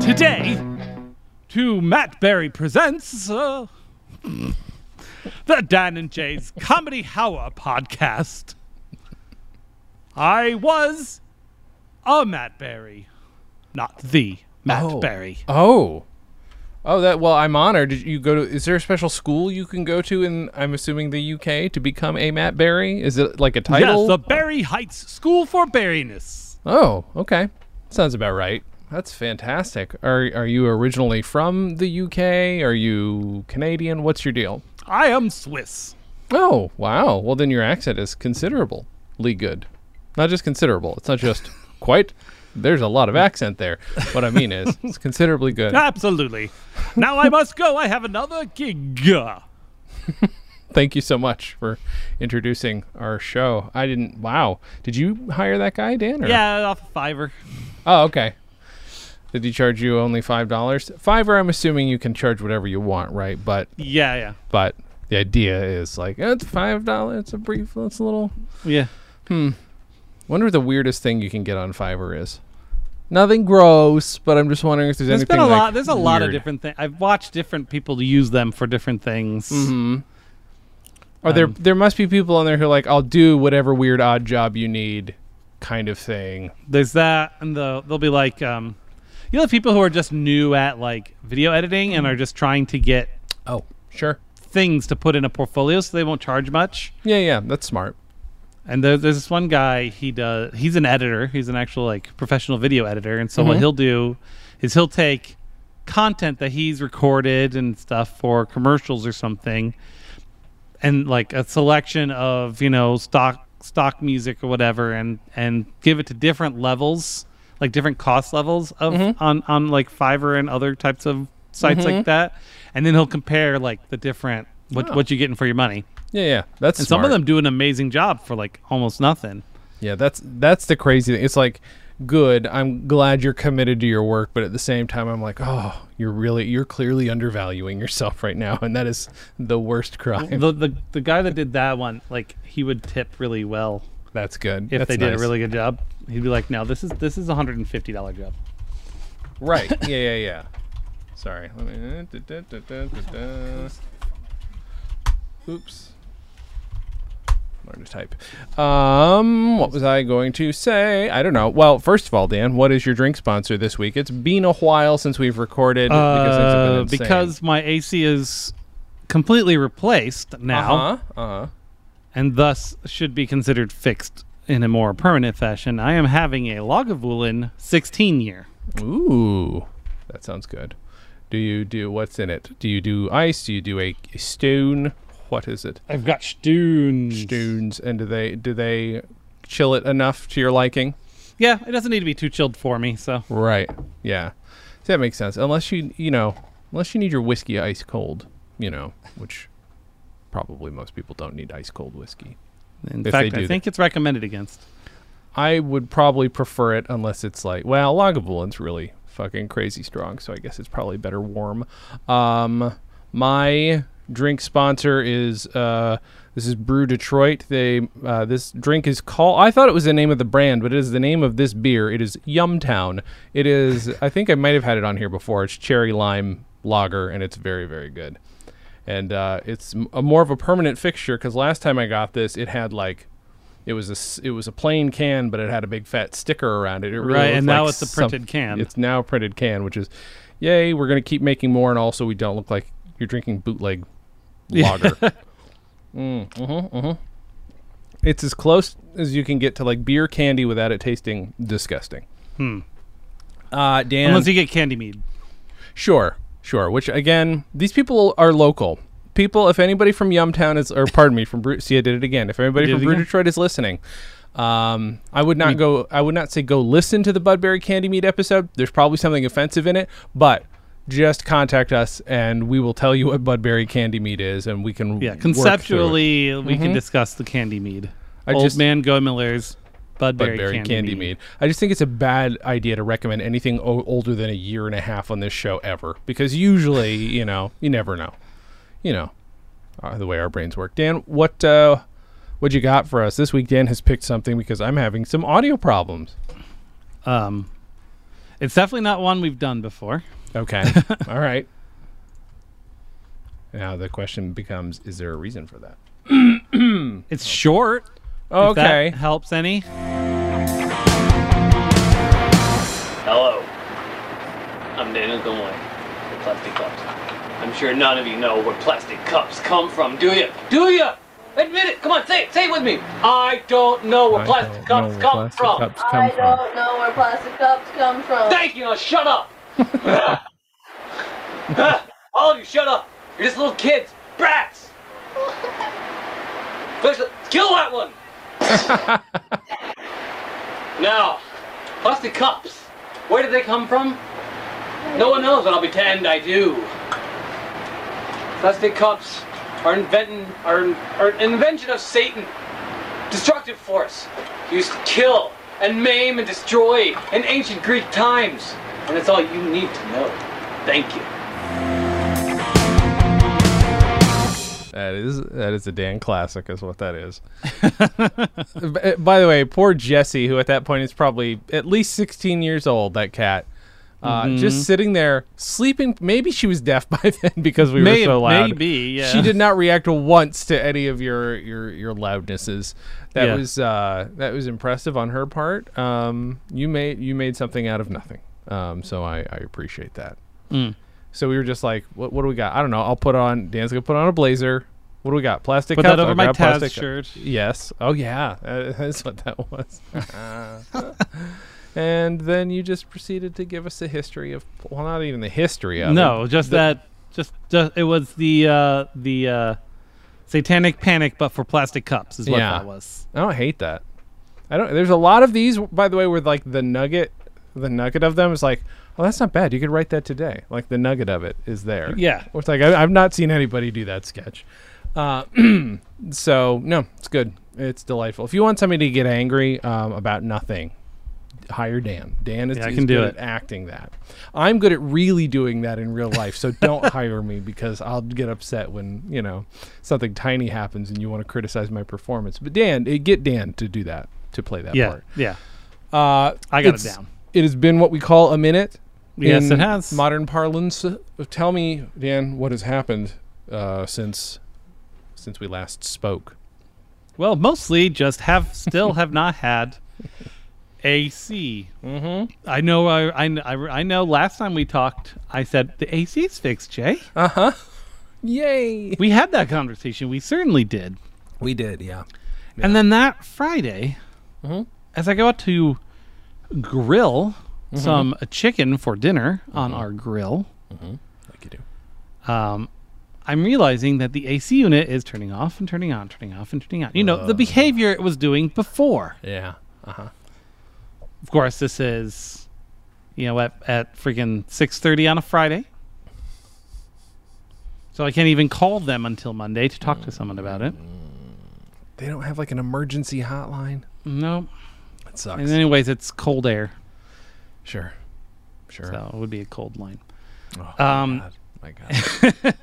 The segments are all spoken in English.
Today, to Matt Berry presents uh, the Dan and Jay's Comedy Hour podcast. I was a Matt Berry, not the Matt Oh. Berry. Oh. Oh, that well, I'm honored. Did you go to is there a special school you can go to in I'm assuming the UK to become a Matt Berry? Is it like a title? Yes, the Berry Heights School for Berryness. oh, okay. Sounds about right. That's fantastic. Are are you originally from the UK? Are you Canadian? What's your deal? I am Swiss. Oh, wow. Well, then your accent is considerably good. Not just considerable. It's not just quite. There's a lot of accent there. What I mean is, it's considerably good. Absolutely. Now I must go. I have another gig. Thank you so much for introducing our show. I didn't. Wow. Did you hire that guy, Dan? Or? Yeah, off of Fiverr. Oh, okay. Did he charge you only five dollars? Fiverr. I'm assuming you can charge whatever you want, right? But Yeah, yeah, but the idea is like eh, it's five dollars. It's a brief. It's a little. yeah. Wonder what the weirdest thing you can get on Fiverr is. Nothing gross, but I'm just wondering if there's There's anything. been a like, lot. There's a lot of weird. different things. I've watched different people use them for different things. Mm-hmm. Or um, there there must be people on there who are like, I'll do whatever weird odd job you need, kind of thing. There's that, and the, they'll be like, um, you know, the people who are just new at like video editing Mm-hmm. and are just trying to get Oh, sure. things to put in a portfolio, so they won't charge much. Yeah, yeah, that's smart. And there, there's this one guy. He does. He's an editor. He's an actual like professional video editor. And so what he'll do is he'll take content that he's recorded and stuff for commercials or something, and like a selection of you know stock stock music or whatever, and and give it to different levels, like different cost levels of on on like Fiverr and other types of sites like that. And then he'll compare like the different what Oh. what you're getting for your money. Yeah, yeah, that's And some of smart. them do an amazing job for like almost nothing. Yeah, that's that's the crazy thing. It's like, good. I'm glad you're committed to your work, but at the same time, I'm like, oh, you're really you're clearly undervaluing yourself right now, and that is the worst crime. The, the the guy that did that one, like he would tip really well That's good. if That's they did nice. a really good job. He'd be like, "No, this is this is a hundred and fifty dollar job." right. Yeah, yeah, yeah. Sorry. Let me. uh, da, da, da, da, da, da. Oops. Learn to type. Um, what was I going to say? I don't know. Well, first of all, Dan, what is your drink sponsor this week? It's been a while since we've recorded because things have been Uh, insane. because my AC is completely replaced now, Uh huh. Uh huh. and thus should be considered fixed in a more permanent fashion. I am having a Lagavulin sixteen year. Uh, Ooh, that sounds good. Do you do what's in it? Do you do ice? Do you do a, a stone? What is it? I've got Stoons. Stones, and do they do they chill it enough to your liking? Yeah, it doesn't need to be too chilled for me. So Right. Yeah. So that makes sense. Unless you you know unless you need your whiskey ice cold, you know, which probably most people don't need ice cold whiskey. in If they fact, do I that. think it's recommended against. I would probably prefer it unless it's like well, Lagavulin's really fucking crazy strong, so I guess it's probably better warm. Um, my drink sponsor is uh, this is Brew Detroit. They uh, this drink is called. I thought it was the name of the brand, but it is the name of this beer. It is Yumtown. It is. I think I might have had it on here before. It's cherry lime lager, and it's very very good. And uh, it's m- a more of a permanent fixture because last time I got this, it had like it was a s- it was a plain can, but it had a big fat sticker around it. It really Right, looked and now like it's a some- printed can. It's now a printed can, which is yay. We're gonna keep making more, and also we don't look like you're drinking bootleg lager. mm, hmm It's as close as you can get to like beer candy without it tasting disgusting. Hmm. Uh, Dan, Unless you get candy mead. Sure, sure. Which again, these people are local. People, if anybody from Yumtown is, or pardon me, from Brew, see, I did it again. If anybody You did from it Brew again? Detroit is listening, um, I would not go. I would not say go listen to the Budberry Candy Meat episode. There's probably something offensive in it, but just contact us and we will tell you what Budberry Candy Meat is, and we Yeah, can work through it. Mm-hmm. conceptually, we can discuss the candy mead. I Old just- man Miller's Budberry, Budberry candy, mead. I just think it's a bad idea to recommend anything o- older than a year and a half on this show ever, because usually, you know, you never know. You know, uh, the way our brains work. Dan, what uh, what you got for us this week? Dan has picked something because I'm having some audio problems. Um, It's definitely not one we've done before. Okay. All right. Now the question becomes: Is there a reason for that? It's short. if that Okay. helps any. Hello. I'm Daniel Gilmoy, the Plastic Cups. I'm sure none of you know where plastic cups come from, do you? Do you? Admit it. Come on, say it. Say it with me. I don't know where I plastic don't know cups where come plastic from. cups come I from. don't know where plastic cups come from. Thank you. Now shut up. All of you, shut up. You're just little kids, brats. Let's- let's Kill that one. now, plastic cups. Where did they come from? No one knows, but I'll pretend I do. Plastic cups are inventing are, are an invention of Satan. Destructive force used to kill and maim and destroy in ancient Greek times. And that's all you need to know. Thank you. That is that is a Dan classic, is what that is. B- eh, By the way, poor Jesse, who at that point is probably at least 16 years old. That cat, uh, Mm-hmm. just sitting there sleeping. Maybe she was deaf by then because we May- were so loud. maybe, yeah. She did not react once to any of your your your loudnesses. That Yeah. was uh, that was impressive on her part. Um, you made you made something out of nothing. Um, so I, I appreciate that. So we were just like, what, what do we got? I don't know. I'll put on, Dan's going to put on a blazer. What do we got? Plastic Put cups? that over I'll my grab Taz plastic shirt. Yes. Oh, yeah. Uh, that's what that was. and then you just proceeded to give us a history of, well, not even the history of it. No, just that. Just, just it was the uh, the uh, satanic panic, but for plastic cups is what Yeah. that was. I don't hate that. I don't, there's a lot of these, by the way, where like the nugget, the nugget of them is like, well, that's not bad. You could write that today. Like the nugget of it is there. Yeah. Or It's like, I, I've not seen anybody do that sketch. Uh, so no, it's good. It's delightful. If you want somebody to get angry um, about nothing, hire Dan. Dan is, Yeah, I is can do good it. at acting that. I'm good at really doing that in real life. So don't hire me because I'll get upset when you know something tiny happens and you want to criticize my performance. But Dan, eh, get Dan to do that to play that Yeah, part. yeah. Uh, I got it it's- down. It has been what we call a minute. Yes, in it has. Modern parlance. Uh, Tell me, Dan, what has happened uh, since since we last spoke? Well, mostly just have still have not had AC. Mm-hmm. I know. I, I I I know. Last time we talked, I said the AC's fixed, Jay. Yay! we had that conversation. We certainly did. We did, yeah. Mm-hmm. And then that Friday, as I go out to grill Mm-hmm. some uh, chicken for dinner on our grill, Like you do. I'm realizing that the AC unit is turning off and turning on, turning off and turning on. You know, the behavior it was doing before. Yeah. Of course, this is, you know, at, at freaking 6.30 on a Friday. So I can't even call them until Monday to talk to someone about it. They don't have like an emergency hotline. No. That sucks. And anyways, it's cold air. sure. Sure. So it would be a cold line. Oh, um, my God. My God.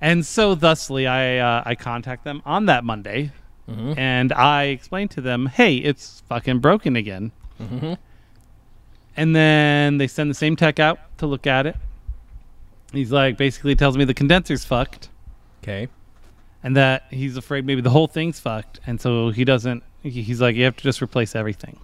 And so, thusly, I uh, I contact them on that Monday, and I explain to them, "Hey, it's fucking broken again." And then they send the same tech out to look at it. He's like, basically tells me the condenser's fucked, Okay. and that he's afraid maybe the whole thing's fucked, and so he doesn't. he- He's like, "You have to just replace everything."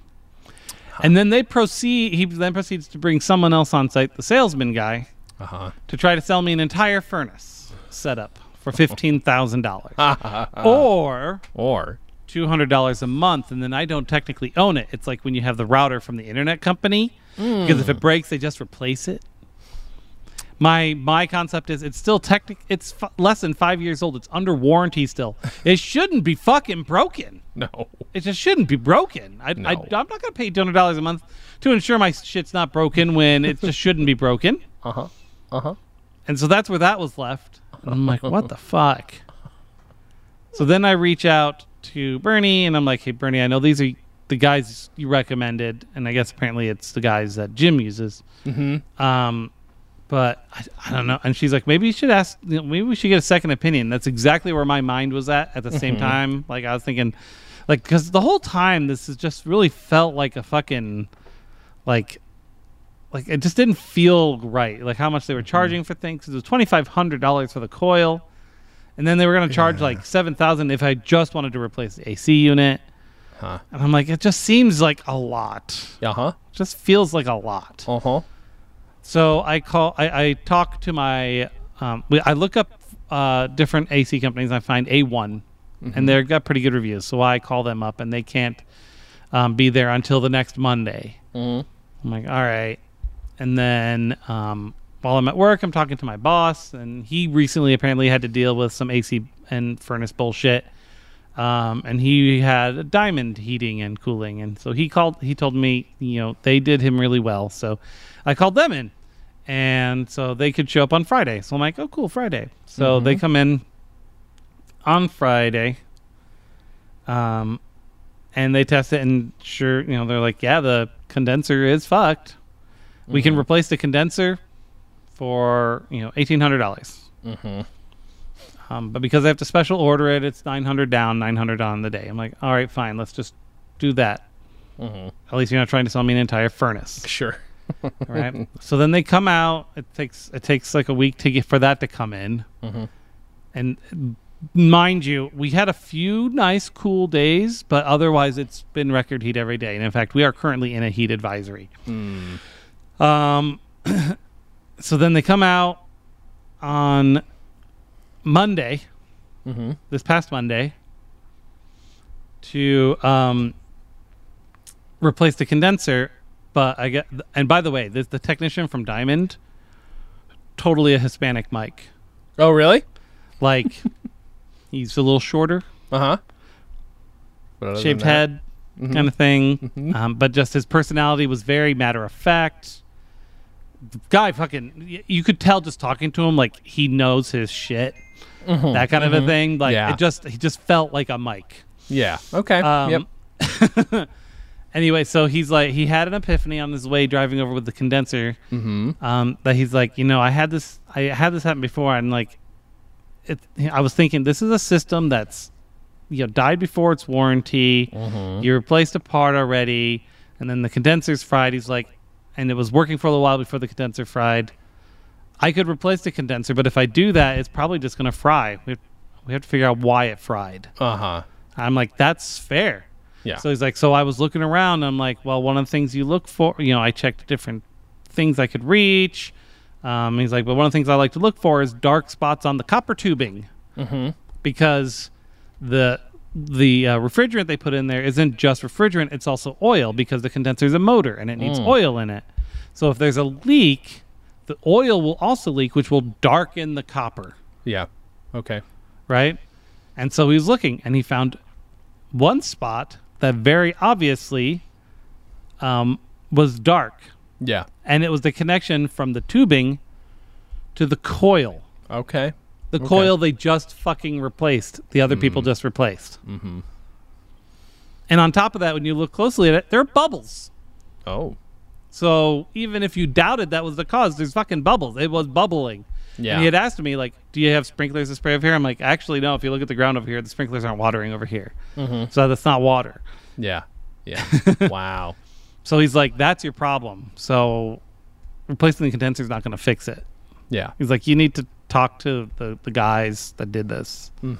And then they proceed. He then proceeds to bring someone else on site, the salesman guy, Uh huh. to try to sell me an entire furnace setup for fifteen thousand dollars, or Or two hundred dollars a month, and then I don't technically own it. It's like when you have the router from the internet company, because if it breaks, they just replace it. My my concept is it's still technic. It's f- less than five years old. It's under warranty still. It shouldn't be fucking broken. no. It just shouldn't be broken. I, I, No. I'm not gonna pay two hundred dollars a month to ensure my shit's not broken when it just shouldn't be broken. Uh huh. Uh huh. And so that's where that was left. And I'm like, what the fuck? So then I reach out to Bernie and I'm like, hey Bernie, I know these are the guys you recommended, and I guess apparently it's the guys that Jim uses. Mm-hmm. Um, but I, I don't know. And she's like, maybe you should ask. you know, Maybe we should get a second opinion. That's exactly where my mind was at at the same time. Like I was thinking, like because the whole time this has just really felt like a fucking, like, like it just didn't feel right. Like how much they were charging for things. 'Cause It was twenty five hundred dollars for the coil, and then they were going to charge like seven thousand if I just wanted to replace the AC unit. Huh. And I'm like, it just seems like a lot. Uh huh. just feels like a lot. Uh huh. So I call, I, I talk to my, um, we- I look up uh, different AC companies. I find A1, and they've got pretty good reviews. So I call them up, and they can't um, be there until the next Monday. I'm like, all right. And then um, while I'm at work, I'm talking to my boss, and he recently apparently had to deal with some AC and furnace bullshit. Um, and he had a diamond heating and cooling, and so he called. He told me, you know, they did him really well, so I called them in, and so they could show up on Friday. So I'm like, oh, cool, Friday. So they come in on Friday, um, and they test it, and sure, you know, they're like, yeah, the condenser is fucked. We can replace the condenser for you know eighteen hundred dollars. Um, but because I have to special order it, it's nine hundred down, nine hundred on the day. I'm like, all right, fine, let's just do that. At least you're not trying to sell me an entire furnace, Sure. right? so then they come out. It takes it takes like a week to get for that to come in. And mind you, we had a few nice cool days, but otherwise it's been record heat every day. And in fact, we are currently in a heat advisory. Um, so then they come out on Monday, this past Monday, to um, replace the condenser. But I get, and by the way, the, the technician from Diamond, totally a Hispanic Mike. Oh really? Like, he's a little shorter, Uh huh. But other than Uh-huh. shaved that- Mm-hmm. head kind of thing. Um, but just his personality was very matter of fact. The guy fucking, y- you could tell just talking to him, like he knows his shit. That kind of a thing. Like Mm-hmm. Yeah. it just, he just felt like a mic. Yeah. Okay. Um, yep. Anyway, so he's like, he had an epiphany on his way driving over with the condenser. Mm-hmm. Um, that he's like, you know, I had this, I had this happen before, and like, it, I was thinking this is a system that's, you know, died before its warranty. Mm-hmm. You replaced a part already, and then the condenser's fried. He's like, and it was working for a little while before the condenser fried. I could replace the condenser, but if I do that, it's probably just going to fry. We we have to figure out why it fried. Uh huh. I'm like, that's fair. Yeah. So he's like, so I was looking around. I'm like, well, one of the things you look for, you know, I checked different things I could reach. Um, he's like, but one of the things I like to look for is dark spots on the copper tubing, mm-hmm. because the the uh, refrigerant they put in there isn't just refrigerant; it's also oil because the condenser is a motor and it needs oil in it. So if there's a leak, the oil will also leak, which will darken the copper yeah. Okay. right? And so he was looking and he found one spot that very obviously um, was dark. Yeah. And it was the connection from the tubing to the coil. Okay. The coil they just fucking replaced, the other people just replaced. Mm-hmm. And on top of that, when you look closely at it, there are bubbles. Oh. So even if you doubted that was the cause, there's fucking bubbles. It was bubbling. Yeah. And he had asked me, like, do you have sprinklers to spray over here? I'm like, actually, no. If you look at the ground over here, the sprinklers aren't watering over here. So that's not water. Yeah. Yeah. wow. So he's like, that's your problem. So replacing the condenser is not going to fix it. Yeah. He's like, you need to talk to the, the guys that did this. Wow.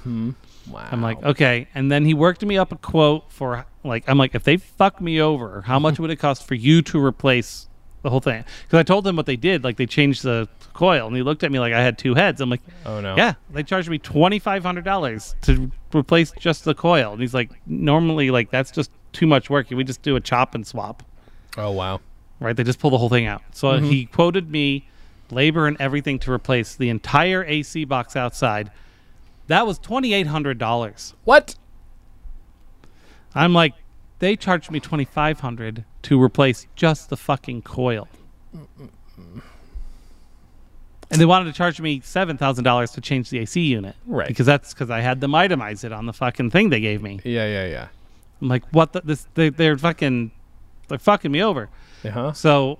I'm like, uh, okay. And then he worked me up a quote for like, I'm like, if they fuck me over, how much would it cost for you to replace the whole thing? Because I told him what they did. Like they changed the coil, and he looked at me like I had two heads. I'm like, Oh, no. yeah. They charged me twenty five hundred dollars to replace just the coil, and he's like, normally like that's just too much work. We just do a chop and swap, Oh wow. right? They just pull the whole thing out. So Mm-hmm. he quoted me labor and everything to replace the entire AC box outside. That was twenty eight hundred dollars. What? I'm like, they charged me twenty five hundred to replace just the fucking coil, and they wanted to charge me seven thousand dollars to change the AC unit, Right. Because that's because I had them itemize it on the fucking thing they gave me. Yeah. Yeah. I'm like, what? The, this they, they're fucking, they're fucking me over. Yeah. Uh huh. So,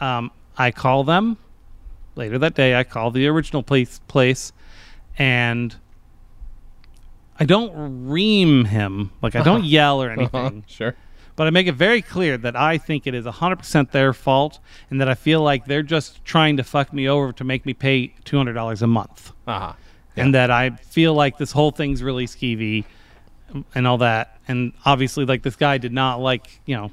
um, I call them later that day. I call the original place place, and I don't ream him. Like I don't yell or anything. Uh-huh. Sure. But I make it very clear that I think it is 100% their fault and that I feel like they're just trying to fuck me over to make me pay $200 a month. Uh-huh. And that I feel like this whole thing's really skeevy and all that. And obviously, like, this guy did not like, you know,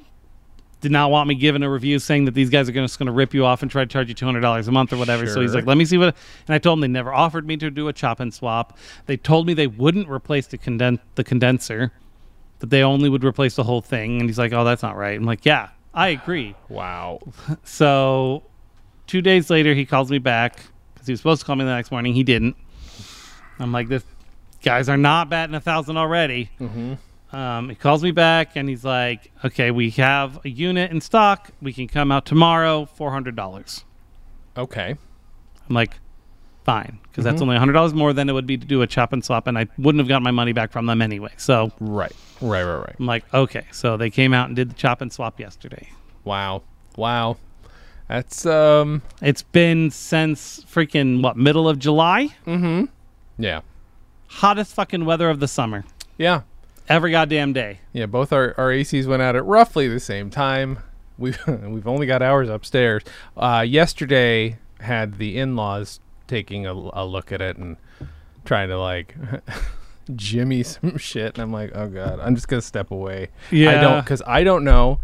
did not want me giving a review saying that these guys are gonna- just going to rip you off and try to charge you $200 a month or whatever. So he's Sure. like, let me see what. And I told him they never offered me to do a chop and swap. They told me they wouldn't replace the, conden- the condenser, that they only would replace the whole thing. And he's like, oh, that's not right. I'm like, yeah, I agree. Wow. So two days later, he calls me back because he was supposed to call me the next morning. He didn't. I'm like, this guys are not batting a thousand already. Um, he calls me back and he's like, okay, we have a unit in stock. We can come out tomorrow, four hundred dollars. Okay. I'm like, fine, because that's only hundred dollars more than it would be to do a chop and swap, and I wouldn't have gotten my money back from them anyway. So Right. Right. Right. Right. I'm like, okay. So they came out and did the chop and swap yesterday. Wow. Wow. That's um. It's been since freaking what middle of July. Yeah. hottest fucking weather of the summer Yeah. every goddamn day. Yeah. Both our our ACs went out at roughly the same time. We we've only got ours upstairs. Uh, yesterday had the in laws taking a, a look at it and trying to like. Jimmy some shit and I'm like, oh god, I'm just gonna step away. I Yeah. don't because I don't know.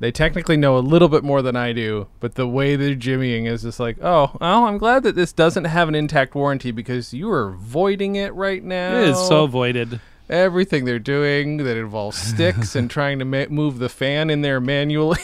They technically know a little bit more than I do, but the way they're jimmying is just like, oh, well, I'm glad that this doesn't have an intact warranty because you are voiding it right now. It is so voided. everything they're doing that involves sticks and trying to ma- move the fan in there manually.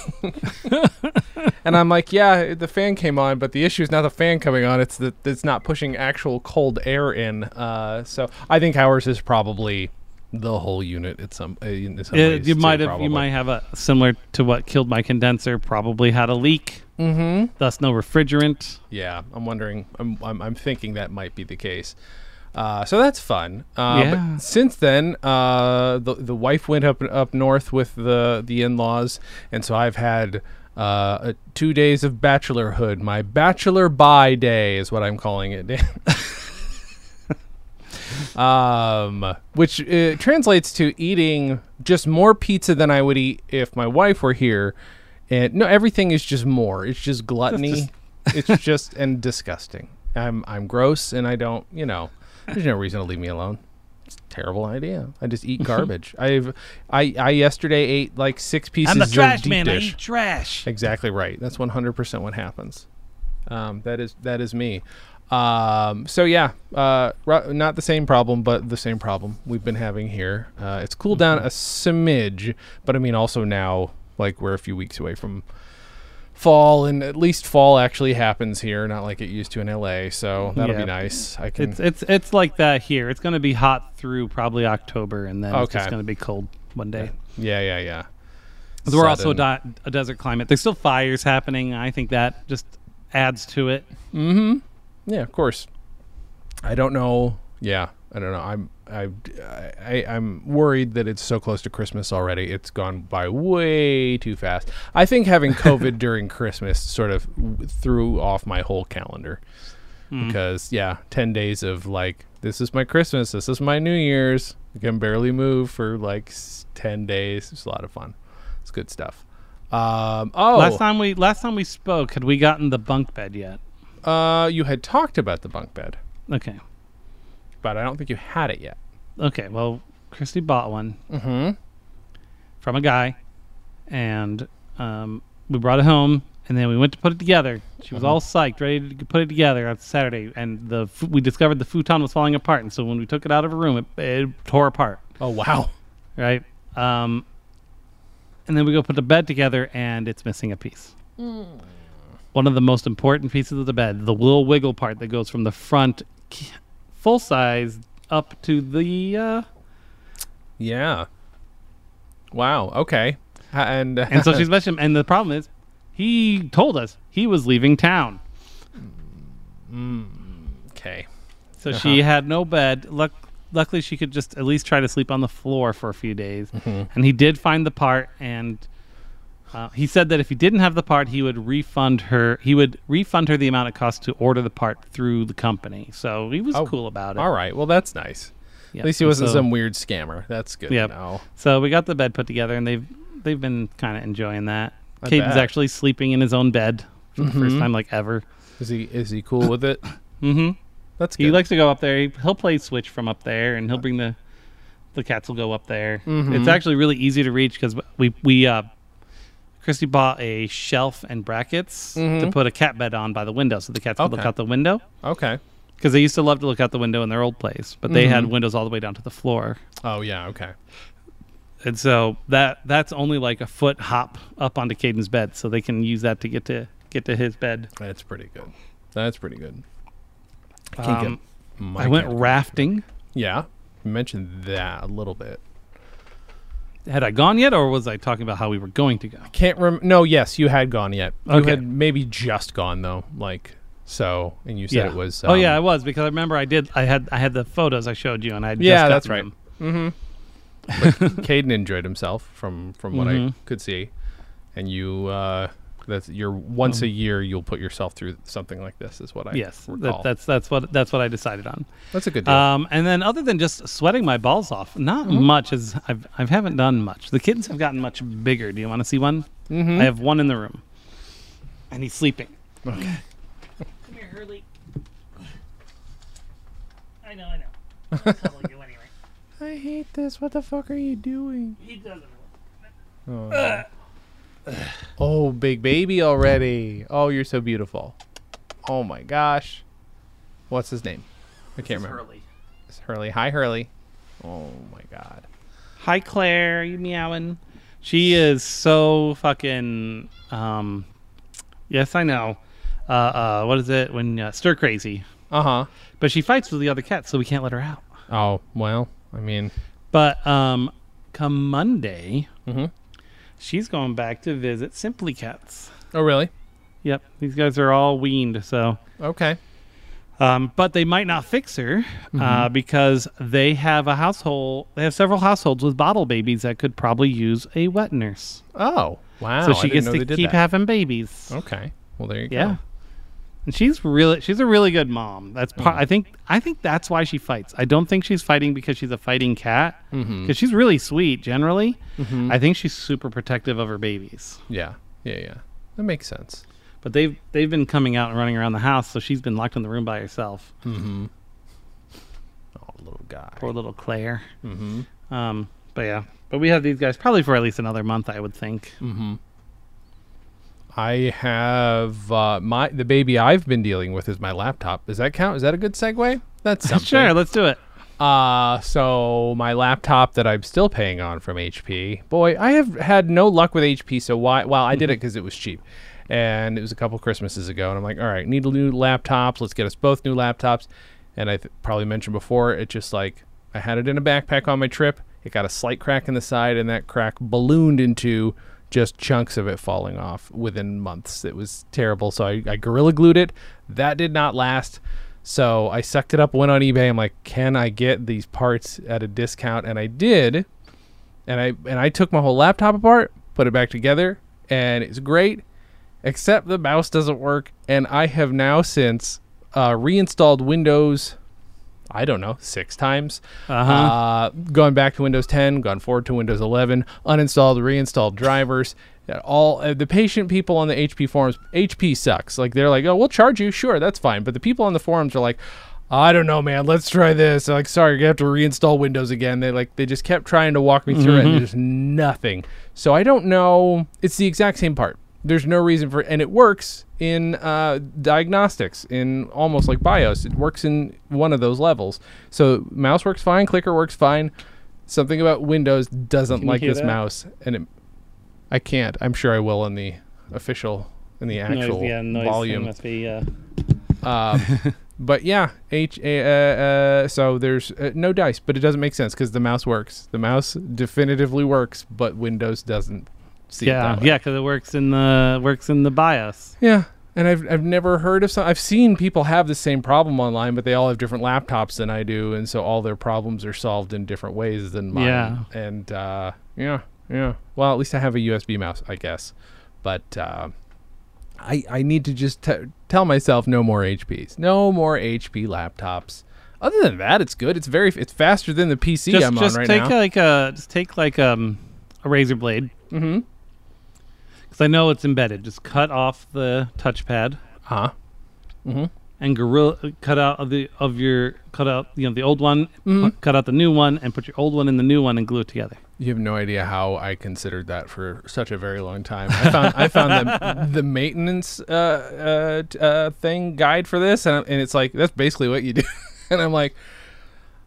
and I'm like, yeah, the fan came on, but the issue is not the fan coming on; it's that it's not pushing actual cold air in. Uh, so I think ours is probably the whole unit at some uh, in some It- ways, you too, might have probably. you might have a similar to what killed my condenser. Probably had a leak. Mm-hmm. Thus, no refrigerant. Yeah, I'm wondering. I'm, I'm, I'm thinking that might be the case. Uh, so that's fun. Uh, Yeah. But since then, uh, the the wife went up up north with the the in laws, and so I've had uh, a, two days of bachelorhood. My bachelor by day is what I'm calling it. um, which uh, translates to eating just more pizza than I would eat if my wife were here. And no, everything is just more. It's just gluttony. it's just and disgusting. I'm I'm gross, and I don't. You know, there's no reason to leave me alone. It's a terrible idea. I just eat garbage. I've I I yesterday ate like six pieces. I'm the of trash deep man. I dish. eat trash. Exactly right. That's 100% what happens. Um, that is that is me. Um, so yeah, uh, ru- not the same problem, but the same problem we've been having here. Uh, it's cooled down Mm-hmm. a smidge, but I mean also now like we're a few weeks away from fall, and at least fall actually happens here, not like it used to in LA. So that'll Yeah. be nice. I can. It's it's it's like that here. It's going to be hot through probably October, and then it's Okay. just going to be cold one day. yeah, yeah, yeah. 'Cause We're also a, Sudden. di- a desert climate. There's still fires happening. I think that just adds to it. Yeah, of course. I don't know. Yeah, I don't know. I'm I, I I'm worried that it's so close to Christmas already. It's gone by way too fast. I think having COVID during Christmas sort of w- threw off my whole calendar Hmm. because yeah, ten days of like this is my Christmas, this is my New Year's. I can barely move for like s- ten days. It's a lot of fun. It's good stuff. Um, oh, Last time we last time we spoke, had we gotten the bunk bed yet? uh, you had talked about the bunk bed, Okay. but I don't think you had it yet. okay, well, Christy bought one from a guy, and um, we brought it home, and then we went to put it together. She was all psyched, ready to put it together on Saturday, and the fu- we discovered the futon was falling apart, and so when we took it out of her room, it, it tore apart, Oh wow. right? Um, and then we go put the bed together, and it's missing a piece. One of the most important pieces of the bed, the little wiggle part that goes from the front k- full size up to the uh, Yeah. Wow. Okay. Ha- And uh, And so she's messaging him. And the problem is, he told us he was leaving town. okay. So she Uh-huh. had no bed. Luck- luckily, she could just at least try to sleep on the floor for a few days. Mm-hmm. And he did find the part. And uh, he said that if he didn't have the part, he would refund her. He would refund her the amount it cost to order the part through the company. So he was Oh, cool about it. All right. Well, that's nice. Yeah. At least he wasn't So- some weird scammer. That's good. Yep. No. So we got the bed put together, and they've they've been kind of enjoying that. I Caden's bet. Mm-hmm. actually sleeping in his own bed for the first time like ever. Is he is he cool with it? hmm That's good. He likes to go up there. He- He'll play Switch from up there, and he'll bring the the cats will go up there. Mm-hmm. It's actually really easy to reach because we we uh, Christy bought a shelf and brackets to put a cat bed on by the window, so the cats could look Mm-hmm. Okay. out the window okay. because they used to love to look out the window in their old place, but they Mm-hmm. had windows all the way down to the floor, Oh yeah. Okay. and so that that's only like a foot hop up onto Caden's bed, so they can use that to get to get to his bed. That's pretty good. That's pretty good. Um, get my I went cat. rafting. yeah. You mentioned that a little bit. Had I gone yet, or was I talking about how we were going to go? Can't rem. No. Yes, you had gone yet. You Okay. had maybe just gone though. Like so, and you said it was. Um, oh yeah, it was because I remember I did. I had I had the photos I showed you, and I Yeah, just that's gotten right. them. Mm-hmm. Caden enjoyed himself from from what I could see, and you. uh that's your once a year you'll put yourself through something like this is what I Um, Yes, that, recall. that's that's what that's what I decided on. that's a good deal. Um, and then other than just sweating my balls off, not Mm-hmm. much as I've I haven't done much. The kittens have gotten much bigger. Do you want to see one? Mm-hmm. I have one in the room, and he's sleeping. Come here, Hurley. I know, I know. I'll cuddle you anyway. I hate this. What the fuck are you doing? He doesn't. Oh, big baby already. Oh, you're so beautiful. Oh my gosh. What's his name? I can't remember. Hurley. It's Hurley. Hi, Hurley. Oh my god. Hi Claire, you meowing? She is so fucking. Um, yes, I know. Uh, uh, what is it when uh, stir crazy? Uh huh. But she fights with the other cats, so we can't let her out. Oh well. I mean, But um, come Monday, Mm-hmm. she's going back to visit Simply Cats. oh really? Yep, these guys are all weaned, so Okay. Um, but they might not fix her Mm-hmm. uh, because they have a household. They have several households with bottle babies that could probably use a wet nurse. Oh wow. so I she didn't gets know to they did keep that. having babies. Okay. Well, there you Yeah, go. and she's really she's a really good mom. That's part. I think I think that's why she fights. I don't think she's fighting because she's a fighting cat. Because she's really sweet generally. I think she's super protective of her babies. Yeah. Yeah. Yeah. That makes sense. But they've they've been coming out and running around the house, so she's been locked in the room by herself. Oh, little guy. poor little Claire. Mm-hmm. Um, but yeah, but we have these guys probably for at least another month, I would think. I have uh, my the baby I've been dealing with is my laptop. Does that count? Is that a good segue? That's something. Sure, let's do it. Uh, so my laptop that I'm still paying on from HP, boy, I have had no luck with HP. So why? Well, I did it because it was cheap, and it was a couple Christmases ago. And I'm like, all right, need a new laptops. Let's get us both new laptops. And I th- probably mentioned before, it just like I had it in a backpack on my trip. It got a slight crack in the side, and that crack ballooned into just chunks of it falling off within months. It was terrible. So I, I gorilla glued it. That did not last. So I sucked it up, went on eBay. I'm like, can I get these parts at a discount? And I did. And I and I took my whole laptop apart, put it back together, and it's great. Except the mouse doesn't work, and I have now since uh, reinstalled Windows. I don't know, six times. Uh-huh. Uh, gone back to Windows 10, gone forward to Windows 11, uninstalled, reinstalled drivers. that All uh, the patient people on the HP forums, HP sucks. Like they're like, oh, we'll charge you, sure, that's fine. But the people on the forums are like, I don't know, man. Let's try this. They're like, sorry, you have to reinstall Windows again. They like they just kept trying to walk me through it, and there's nothing. So I don't know. It's the exact same part. There's no reason for, and it works in uh, diagnostics, in almost like BIOS. It works in one of those levels. So mouse works fine, clicker works fine. Something about Windows doesn't like hear this that? mouse, and it, I can't. I'm sure I will on the official, in the actual volume. E, uh, But yeah, H A. Uh, uh, so there's uh, no dice, but it doesn't make sense because the mouse works. The mouse definitively works, but Windows doesn't. See it yeah, that way. yeah, because it works in the works in the BIOS. yeah. And I've I've never heard of some. I've seen people have the same problem online, but they all have different laptops than I do, and so all their problems are solved in different ways than mine. Yeah. And uh, yeah, yeah. Well, at least I have a USB mouse, I guess. But uh, I I need to just t- tell myself no more HPs, no more HP laptops. Other than that, it's good. It's very it's faster than the PC Just, I'm just on right take now. like a just take like um a razor blade, Mm-hmm. because I know it's embedded. Just cut off the touchpad Huh. and gorilla cut out of the of your cut out you know the old one, pu- Mm-hmm. cut out the new one, and put your old one in the new one and glue it together. You have no idea how I considered that for such a very long time. I found I found the, the maintenance uh, uh, t- uh, thing guide for this, and, I- and it's like that's basically what you do. and I'm like,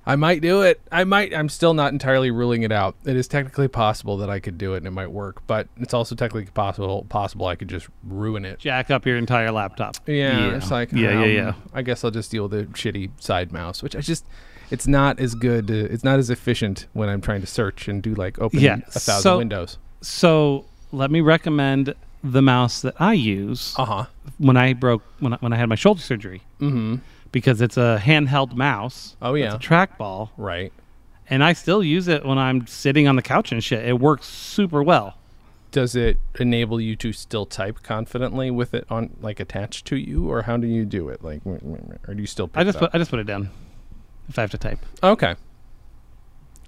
I might do it. I might. I'm still not entirely ruling it out. It is technically possible that I could do it and it might work, but it's also technically possible possible I could just ruin it. Jack up your entire laptop. Yeah, it's like yeah, yeah, um, yeah. I guess I'll just deal with the shitty side mouse, which I just it's not as good. To, it's not as efficient when I'm trying to search and do like open Yeah, a thousand so- windows. So let me recommend the mouse that I use Uh huh. when I broke when I, when I had my shoulder surgery. Mm-hmm. Because it's a handheld mouse. Oh, yeah. it's a trackball, Right. and I still use it when I'm sitting on the couch and shit. It works super well. Does it enable you to still type confidently with it on like attached to you, or how do you do it? Like, or do you still? Pick I just it up? put I just put it down if I have to type. okay.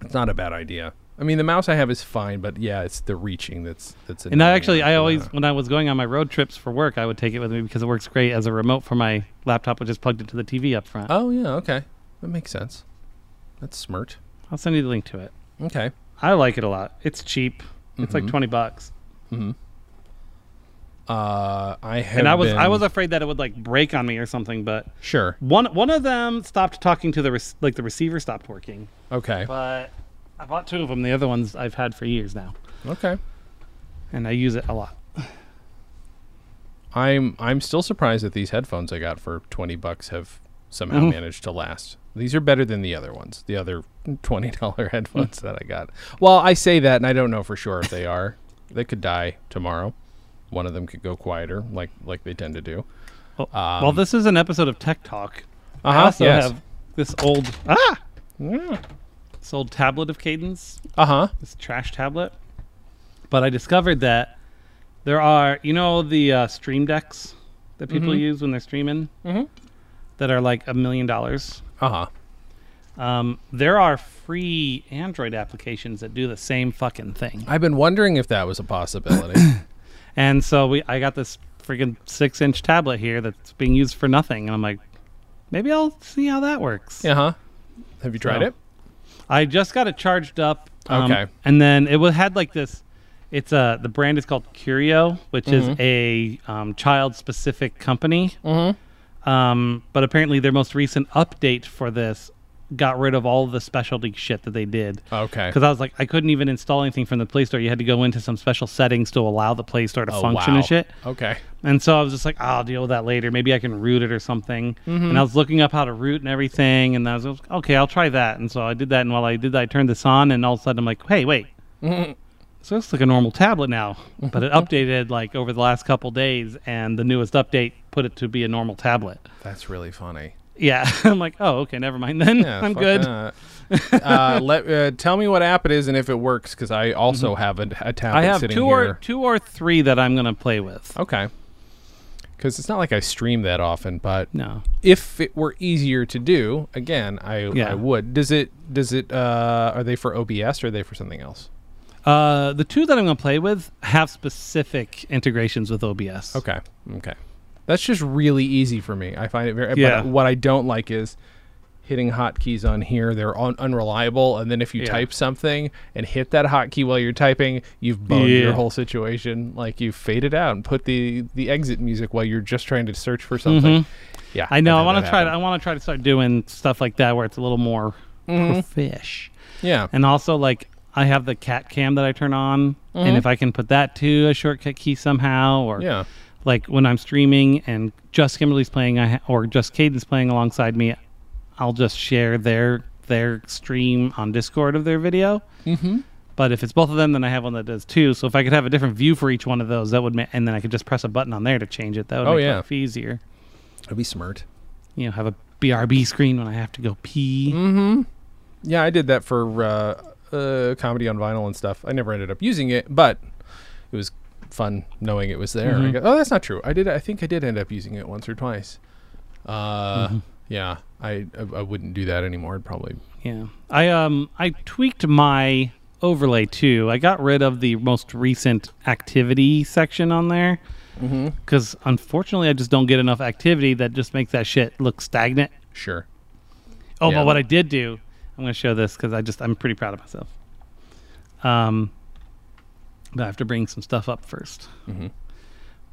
It's not a bad idea. I mean, the mouse I have is fine, but yeah, it's the reaching that's that's. And I annoying. uh, actually, I always, Yeah. when I was going on my road trips for work, I would take it with me because it works great as a remote for my laptop, which is plugged into the TV up front. Oh yeah. Okay. That makes sense. That's smart. I'll send you the link to it. Okay. I like it a lot. It's cheap. It's Mm-hmm. like twenty bucks. Uh, I have. And I was, I been- was afraid that it would like break on me or something, but Sure. one, one of them stopped talking to the rec- like the receiver stopped working. Okay. But I bought two of them. The other ones I've had for years now, Okay. and I use it a lot. I'm I'm still surprised that these headphones I got for twenty bucks have somehow Mhm. managed to last. These are better than the other ones. The other twenty dollar headphones that I got. Well, I say that, and I don't know for sure if they are. They could die tomorrow. One of them could go quieter, like like they tend to do. Well, well, this is an episode of Tech Talk. I Um, Uh-huh, also yes. have this old ah, this old tablet of Cadence, Uh huh. this trash tablet. But I discovered that there are, you know, the uh, stream decks that people Mm-hmm. use when they're streaming, that are like a million dollars. Uh huh. Um, There are free Android applications that do the same fucking thing. I've been wondering if that was a possibility. And so we, I got this freaking six-inch tablet here that's being used for nothing, and I'm like, maybe I'll see how that works. uh huh. Have you tried No. it? I just got it charged up. um, Okay. And then it wa- had like this. It's uh the brand is called Curio, which is a Mm-hmm. um, child specific company. Um, but apparently their most recent update for this got rid of all the specialty shit that they did. Okay. Because I was like, I couldn't even install anything from the Play Store. You had to go into some special settings to allow the Play Store to Oh, function wow. and shit. Okay. And so I was just like, "Ah, I'll deal with that later. Maybe I can root it or something. Mm-hmm. And I was looking up how to root and everything. And I was like, okay, I'll try that. And so I did that. And while I did that, I turned this on. And all of a sudden, I'm like, hey, wait. So it's like a normal tablet now. But it updated like over the last couple days. And the newest update put it to be a normal tablet. That's really funny. Yeah. I'm like, oh, okay, never mind then. Yeah, I'm fuck good. that. uh, let uh, tell me what app it is and if it works because I also have a, a tablet Mm-hmm. I have sitting two here. or, two or three that I'm going to play with. Okay. Because it's not like I stream that often, but No. if it were easier to do, again, I Yeah. I would. Does it? Does it? Uh, are they for OBS or are they for something else? Uh, the two that I'm going to play with have specific integrations with OBS. Okay. Okay. That's just really easy for me. I find it very. Yeah. But what I don't like is hitting hotkeys on here. They're un- unreliable. And then if you Yeah. type something and hit that hotkey while you're typing, you've boned Yeah. your whole situation. Like you fade it out and put the the exit music while you're just trying to search for something. Yeah. Mm-hmm. I know. I've I had want that to try. To, I happen. want to try to start doing stuff like that where it's a little more Mm-hmm. profish. Yeah. And also, like, I have the cat cam that I turn on, and if I can put that to a shortcut key somehow, or Mm-hmm. Yeah. like when I'm streaming and just Kimberly's playing, I ha- or just Caden's playing alongside me, I'll just share their their stream on Discord of their video. Mm-hmm. But if it's both of them, then I have one that does too. So if I could have a different view for each one of those, that would, ma- and then I could just press a button on there to change it. That would Oh, make yeah. life easier That'd be smart. you know, have a BRB screen when I have to go pee. Yeah, I did that for uh, uh, comedy on vinyl and stuff. I never ended up using it, but it was fun knowing it was there. I guess, oh, that's not true. I did. I think I did end up using it once or twice. Uh, Yeah, I, I I wouldn't do that anymore. I'd probably Yeah. I um I tweaked my overlay too. I got rid of the most recent activity section on there because unfortunately, I just don't get enough activity that just makes that shit look stagnant. Sure. Oh, Yeah. but what I did do, I'm going to show this because I just I'm pretty proud of myself. Um, but I have to bring some stuff up 1st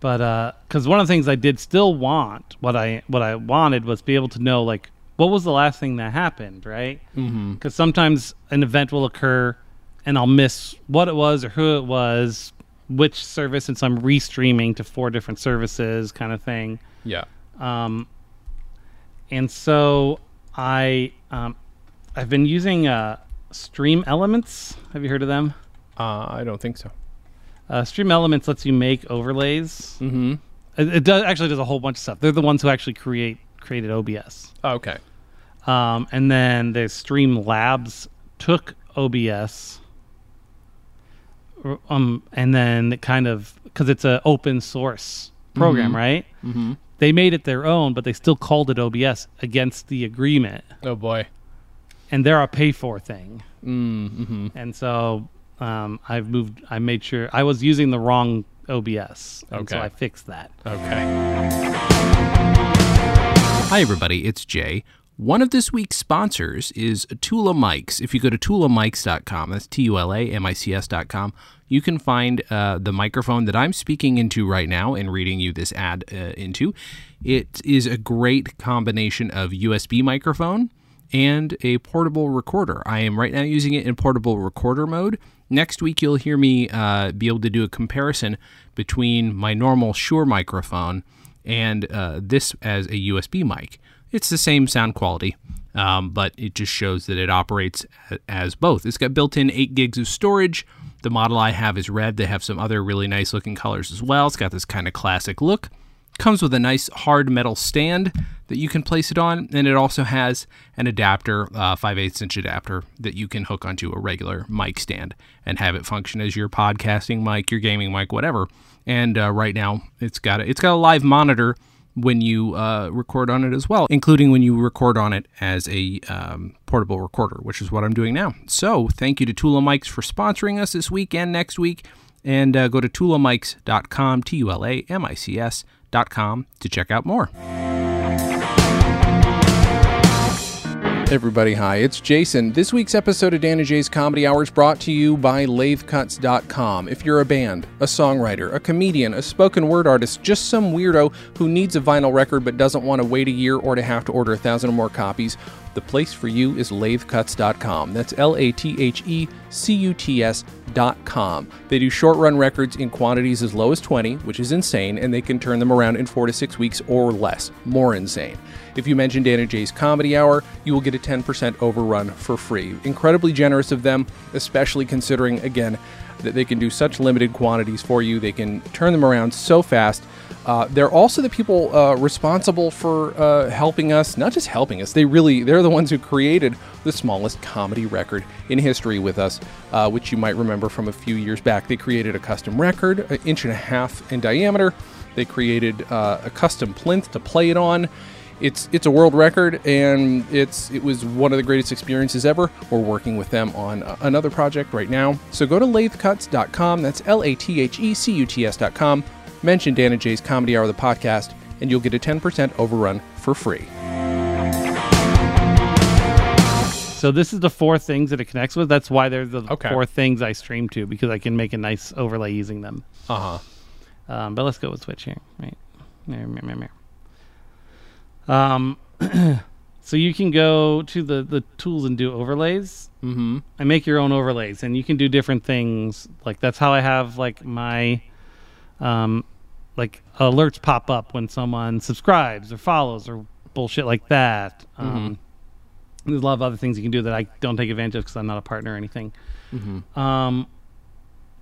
But because one of the things I did still want, what I what I wanted was be able to know like what was the last thing that happened, right? Because sometimes an event will occur, and I'll miss what it was or who it was, which service, since I'm restreaming to four different services, kind of thing Yeah. and so I um, I've been using uh, Stream Elements. Have you heard of them? Uh, I don't think so. Uh, Stream Elements lets you make overlays. Mm-hmm. It, it does actually does a whole bunch of stuff. They're the ones who actually create created OBS. Okay. Um, and then the Stream Labs took OBS, r- um, and then it kind of because it's an open source program, right? Mm-hmm. They made it their own, but they still called it OBS against the agreement. Oh boy. and they're a pay for thing. Mm-hmm. And so um, I've moved. I made sure I was using the wrong OBS, and so Okay. I fixed that. Okay. Hi, everybody, it's Jay. One of this week's sponsors is Tula Mics. If you go to tulamics.com, that's T U L A M I C S.com, you can find uh, the microphone that I'm speaking into right now and reading you this ad uh, into. It is a great combination of USB microphone and a portable recorder. I am right now using it in portable recorder mode. Next week, you'll hear me uh, be able to do a comparison between my normal Shure microphone and uh, this as a USB mic. It's the same sound quality, um, but it just shows that it operates a- as both. It's got built in 8 gigs of storage. The model I have is red. They have some other really nice looking colors as well. It's got this kind of classic look comes with a nice hard metal stand that you can place it on and it also has an adapter uh, 5 8 inch adapter that you can hook onto a regular mic stand and have it function as your podcasting mic your gaming mic whatever and uh, right now it's got a, it's got a live monitor when you uh, record on it as well, including when you record on it as a um, portable recorder, which is what I'm doing now. So, thank you to Tula Mics for sponsoring us this week and next week. And uh, go to tulamics.com, T U L A M I C S.com to check out more. Everybody, hi, it's Jason. This week's episode of Dan and Jay's Comedy Hour is brought to you by LatheCuts.com. If you're a band, a songwriter, a comedian, a spoken word artist, just some weirdo who needs a vinyl record but doesn't want to wait a year or to have to order a thousand or more copies, the place for you is LatheCuts.com. That's L A T H E C U T S.com. They do short run records in quantities as low as 20, which is insane, and they can turn them around in four to six weeks or less. More insane. If you mention Dan and Jay's Comedy Hour, you will get a 10% overrun for free. Incredibly generous of them, especially considering, again, that they can do such limited quantities for you. They can turn them around so fast. Uh, they're also the people uh, responsible for uh, helping us, not just helping us, they really, they're the ones who created the smallest comedy record in history with us, uh, which you might remember from a few years back. They created a custom record, an inch and a half in diameter. They created uh, a custom plinth to play it on. It's it's a world record, and it's it was one of the greatest experiences ever. We're working with them on uh, another project right now. So go to lathecuts.com. That's L A T H E C U T S.com. Mention Dan and Jay's Comedy Hour, the podcast, and you'll get a 10% overrun for free. So this is the four things that it connects with. That's why they're the Okay. four things I stream to because I can make a nice overlay using them. Uh huh. Um, but let's go with Switch here. Right. Mirror, mirror, mirror, mirror. Um, so you can go to the, the tools and do overlays. Mm-hmm. And make your own overlays, and you can do different things. Like that's how I have like my, um, like alerts pop up when someone subscribes or follows or bullshit like that. Um, There's a lot of other things you can do that I don't take advantage of because I'm not a partner or anything. Um,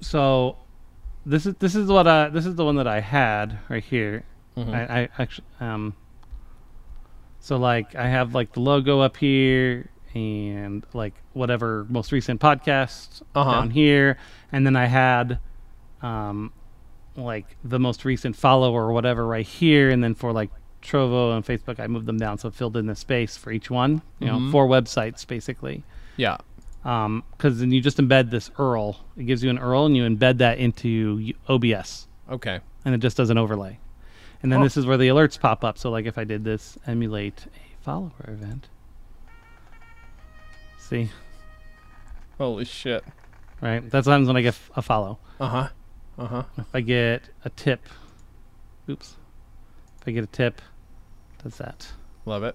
so this is this is what I this is the one that I had right here. I, I actually um. So like I have like the logo up here and like whatever most recent podcast Uh-huh. down here, and then I had, um, like the most recent follower or whatever right here, and then for like Trovo and Facebook, I moved them down so it filled in the space for each one. You know, four websites basically. Yeah. because then you just embed this URL. It gives you an URL, and you embed that into y- OBS, Okay. and it just does an overlay. And then this is where the alerts pop up. So, like if I did this, emulate a follower event. See, Holy shit. right? That's what happens when I get f- a follow. Uh huh. Uh huh. If I get a tip, oops. If I get a tip, that's that. Love it.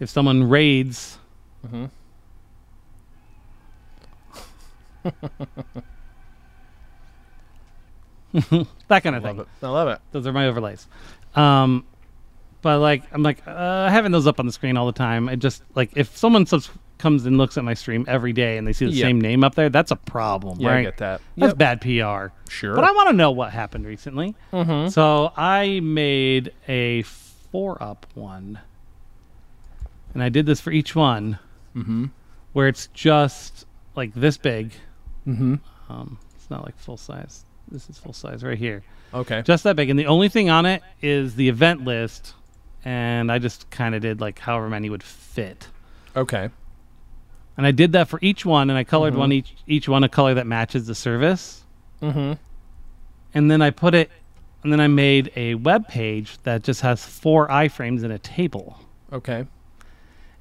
If someone raids, Mhm. that kind of Love thing. it. I love it. Those are my overlays. Um, but like, I'm like uh, having those up on the screen all the time. I just like if someone subs- comes and looks at my stream every day and they see the Yeah. same name up there, that's a problem, Yeah, right? I get that. That's Yep. bad PR. Sure. Mm-hmm. But I want to know what happened recently. So I made a four up one. And I did this for each one. Mm-hmm. Where it's just like this big. Mm-hmm. Um, it's not like full size. This is full size right here. Okay. Just that big. And the only thing on it is the event list. And I just kind of did like however many would fit. okay. And I did that for each one, and I colored one each each one a color that matches the service. Mm-hmm. And then I put it, and then I made a web page that just has four iframes and a table. Okay.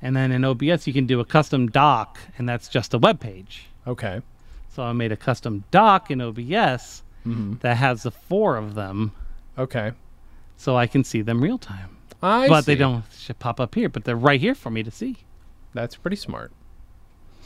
And then in OBS, you can do a custom doc, and that's just a web page. Okay. So I made a custom doc in OBS that has the four of them, Okay. so I can see them real time. I but they see. don't should pop up here, but they're right here for me to see. That's pretty smart.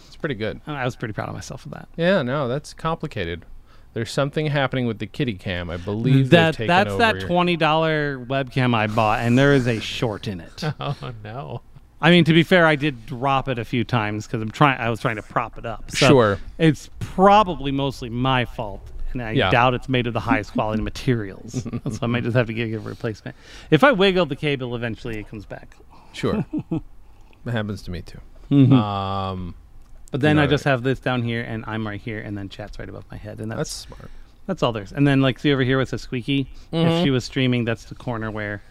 It's pretty good. And Oh, I was pretty proud of myself for that. Yeah, no, that's complicated. There's something happening with the kitty cam. I believe that they've taken that's over that your- twenty dollar webcam I bought, and there is a short in it. Oh no. I mean, to be fair, I did drop it a few times because I'm trying. I was trying to prop it up. So Sure. it's probably mostly my fault, and I Yeah. doubt it's made of the highest quality materials. So I might just have to get a replacement. If I wiggle the cable, eventually it comes back. Sure. that happens to me too. Um, But then know I what I just have this down here, and I'm right here, and then chat's right above my head, and that's that's smart. That's all there's. And then like see over here with the squeaky. If she was streaming, that's the corner where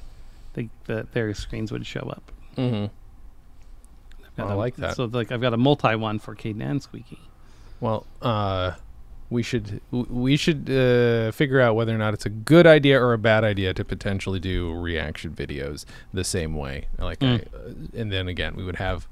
the, the their screens would show up. Mm-hmm. I like that. So like I've got a multi one for Caden and Squeaky. Well, uh, we should w- we should uh, figure out whether or not it's a good idea or a bad idea to potentially do reaction videos the same way. Hmm. Like, I, uh, and then again, we would have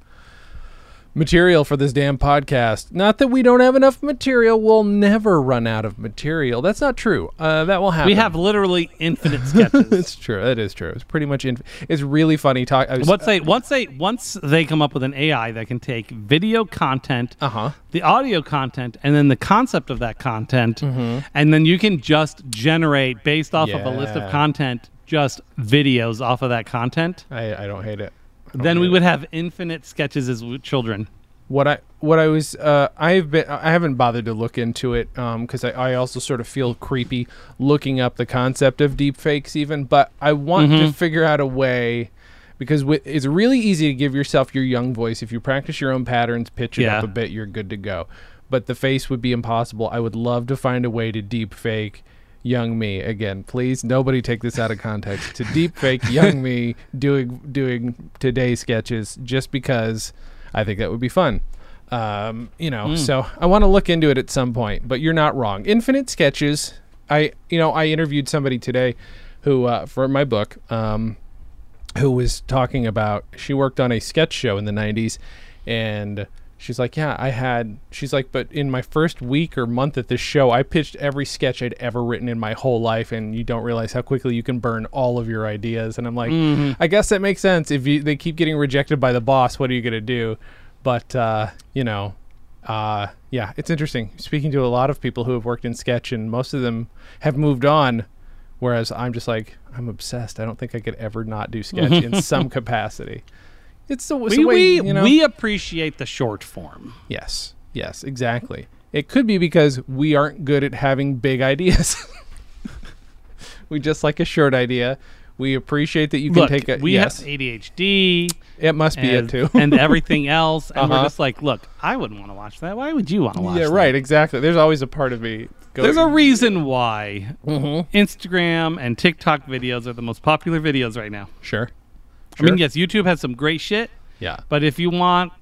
material for this damn podcast. Not that we don't have enough material. We'll never run out of material. That's not true. Uh, that will happen. We have literally infinite sketches. It's true. That is true. It's pretty much. In, it's really funny. Talk. I was- Once they once they once they come up with an AI that can take video content, Uh-huh. the audio content, and then the concept of that content, and then you can just generate based off of a list Yeah. of content just videos off of that content. I, I don't hate it. I don't then we hate it. would have infinite sketches as w- children. what I what I was uh, I've been I haven't bothered to look into it because I, I also sort of feel creepy looking up the concept of deepfakes even but I want Mm-hmm. to figure out a way because wi- it's really easy to give yourself your young voice if you practice your own patterns pitch it up Yeah. a bit you're good to go but the face would be impossible I would love to find a way to deepfake young me again please nobody take this out of context to deepfake young me doing doing today's sketches just because I think that would be fun. Um, you know, so I want to look into it at some point, but you're not wrong. Infinite sketches. I, you know, I interviewed somebody today who, uh, for my book, um, who was talking about she worked on a sketch show in the 90s and she's like yeah i had she's like but in my first week or month at this show i pitched every sketch i'd ever written in my whole life and you don't realize how quickly you can burn all of your ideas and i'm like i guess that makes sense if you, they keep getting rejected by the boss what are you going to do but uh, you know uh, yeah it's interesting speaking to a lot of people who have worked in sketch and most of them have moved on Whereas I'm just like, I'm obsessed. I don't think I could ever not do sketch in some capacity. It's the, it's we, the way, we, you know? we appreciate the short form. Yes, yes, exactly. It could be because we aren't good at having big ideas. we just like a short idea. We appreciate that you can Look, take a. we yes, have ADHD it must be it and, too. and everything else, and we're Uh-huh. just like, look, I wouldn't want to watch that. Why would you want to watch? yeah, that? right, exactly. There's always a part of me. Going, There's a reason why Mm-hmm. Instagram and TikTok videos are the most popular videos right now. sure. I mean, Sure. yes, YouTube has some great shit, Yeah. but if you want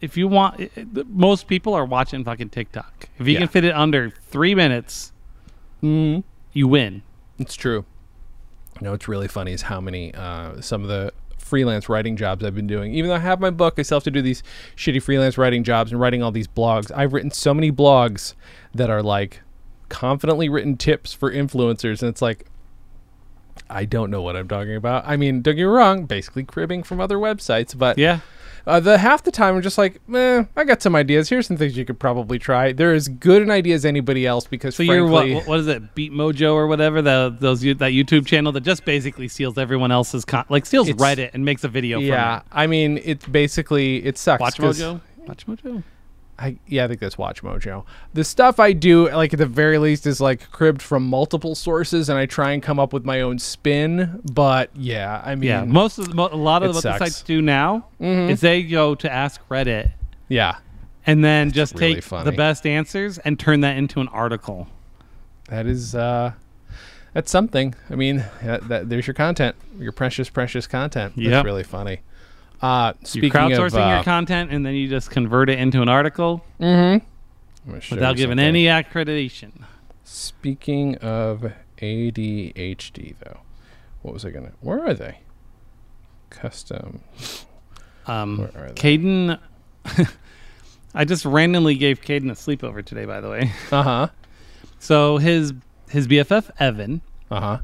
if you want, it- it- most people are watching fucking TikTok. If you Yeah. Mm-hmm. can fit it under three minutes, you win. It's true. You know, what's really funny is how many uh, some of the freelance writing jobs I've been doing. Even though I have my book, I still have to do these shitty freelance writing jobs and writing all these blogs. I've written so many blogs that are like confidently written tips for influencers, and it's like I don't know what I'm talking about. I mean, don't get me wrong, basically cribbing from other websites, but Yeah. uh, the half the time I'm just like, eh, I got some ideas. Here's some things you could probably try. They're as good an idea as anybody else because So frankly, you're what? What is it? Beat Mojo or whatever? The those you- that YouTube channel that just basically steals everyone else's con- like steals It's- Reddit and makes a video. Yeah, From I mean, it's basically it sucks. it. Watch 'cause Mojo. Watch Mojo. I, yeah, I think that's Watch Mojo. The stuff I do, like at the very least, is like cribbed from multiple sources, and I try and come up with my own spin. But yeah, I mean, Yeah. Most of the, mo- a lot of It what sucks. Mm-hmm. the sites do now is they go to ask Reddit yeah, and then just really take funny. the best answers and turn that into an article. that is uh, that's something. I mean, that, that, there's your content, your precious, precious content. Yeah. that's really funny. Uh, You're speaking crowdsourcing of, uh, your content and then you just convert it into an article I'm gonna show without you giving something. any accreditation. Speaking of ADHD, though, what was I gonna? Where are they? Custom. Um, Where are they? Caden, I just randomly gave Caden a sleepover today. By the way, Uh huh. so his his BFF Evan, Uh huh.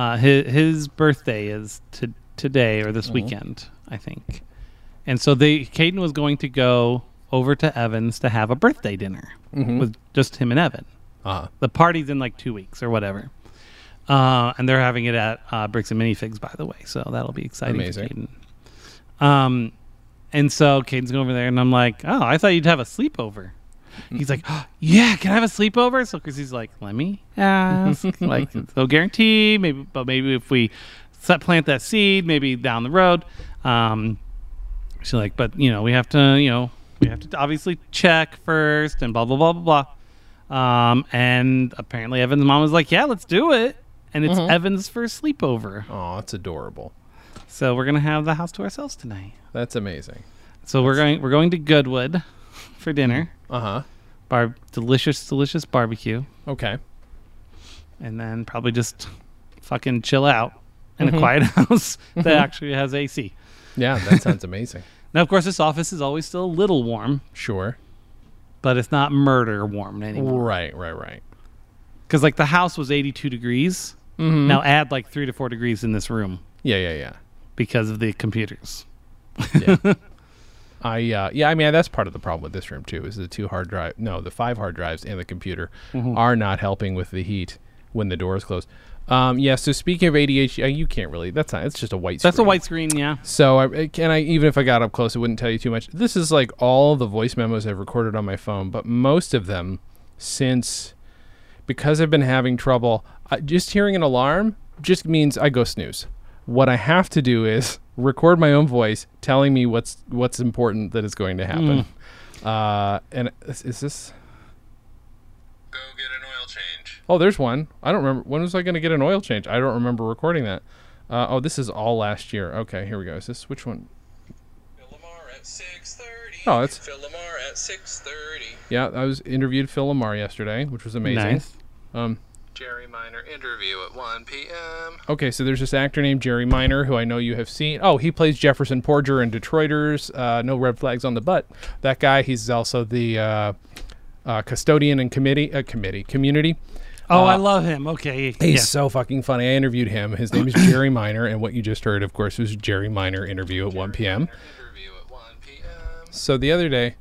uh, his his birthday is to today or this weekend, I think. And so they Caden was going to go over to Evan's to have a birthday dinner with just him and Evan. Uh-huh. The party's in like two weeks or whatever. Uh, and they're having it at uh, Bricks and Minifigs, by the way. So that'll be exciting Amazing. for Caden. Um, and so Caden's going over there, and I'm like, oh, I thought you'd have a sleepover. He's like, oh, yeah, can I have a sleepover? So Chrissy's like, let me ask. like, it's no guarantee, maybe, but maybe if we set, plant that seed, maybe down the road. Um, she's like, but you know, we have to, you know, we have to obviously check first, and blah blah blah blah blah. Um, and apparently Evan's mom was like, yeah, let's do it. And it's Evan's first sleepover, Oh, it's adorable. so we're gonna have the house to ourselves tonight. That's amazing. So we're going we're going to Goodwood for dinner. Uh huh. Bar- delicious, delicious barbecue, Okay. and then probably just fucking chill out in a quiet house that actually has AC. Yeah, that sounds amazing. Now, of course, this office is always still a little warm, Sure. but it's not murder warm anymore. Right, right, right. Because like the house was 82 degrees. Now add like three to four degrees in this room Yeah, yeah, yeah. because of the computers. I uh, yeah, I mean that's part of the problem with this room too. Is the two hard drive, no, the five hard drives and the computer are not helping with the heat when the door is closed. Um, yeah. So speaking of ADHD, uh, you can't really. That's not. It's just a white. That's a screen. white screen, yeah. So I I- can I even if I got up close, it wouldn't tell you too much. This is like all the voice memos I've recorded on my phone, but most of them since because I've been having trouble. I, just hearing an alarm just means I go snooze. What I have to do is record my own voice telling me what's what's important that is going to happen. Uh, and is, is this? Go get an oil change. Oh, there's one. I don't remember. When was I going to get an oil change? I don't remember recording that. Uh, oh, this is all last year. Okay, here we go. Is this which one? Phil Lamar at 6:30. Oh, it's- Phil Lamar at 6:30. Yeah, I was interviewed Phil Lamar yesterday, which was amazing. Nice. Jerry Minor interview at 1 p.m. Okay, so there's this actor named Jerry Minor who I know you have seen. Oh, he plays Jefferson Porger in Detroiters. Uh, no red flags on the butt. That guy. He's also the uh, uh, custodian and committee uh, committee community. Oh, I love him. Okay. He's yeah. so fucking funny. I interviewed him. His name is Jerry Minor, and what you just heard, of course, was Jerry Minor interview at 1 p.m. Interview at 1 p.m. So the other day,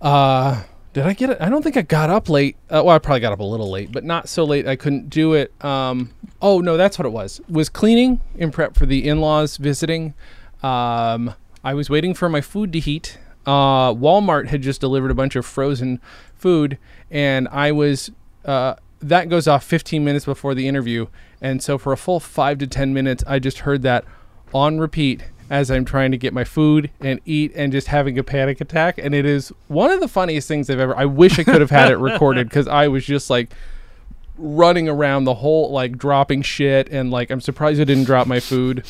uh, did I get it? I don't think I got up late. Uh, well, I probably got up a little late, but not so late I couldn't do it. Um, oh no, that's what it was. Was cleaning in prep for the in-laws visiting. Um, I was waiting for my food to heat. Uh, Walmart had just delivered a bunch of frozen food, and I was uh, that goes off 15 minutes before the interview, and so for a full five to 10 minutes, I just heard that on repeat as I'm trying to get my food and eat and just having a panic attack. And it is one of the funniest things I've ever. I wish I could have had it recorded because I was just like running around the whole, like dropping shit. And like, I'm surprised I didn't drop my food.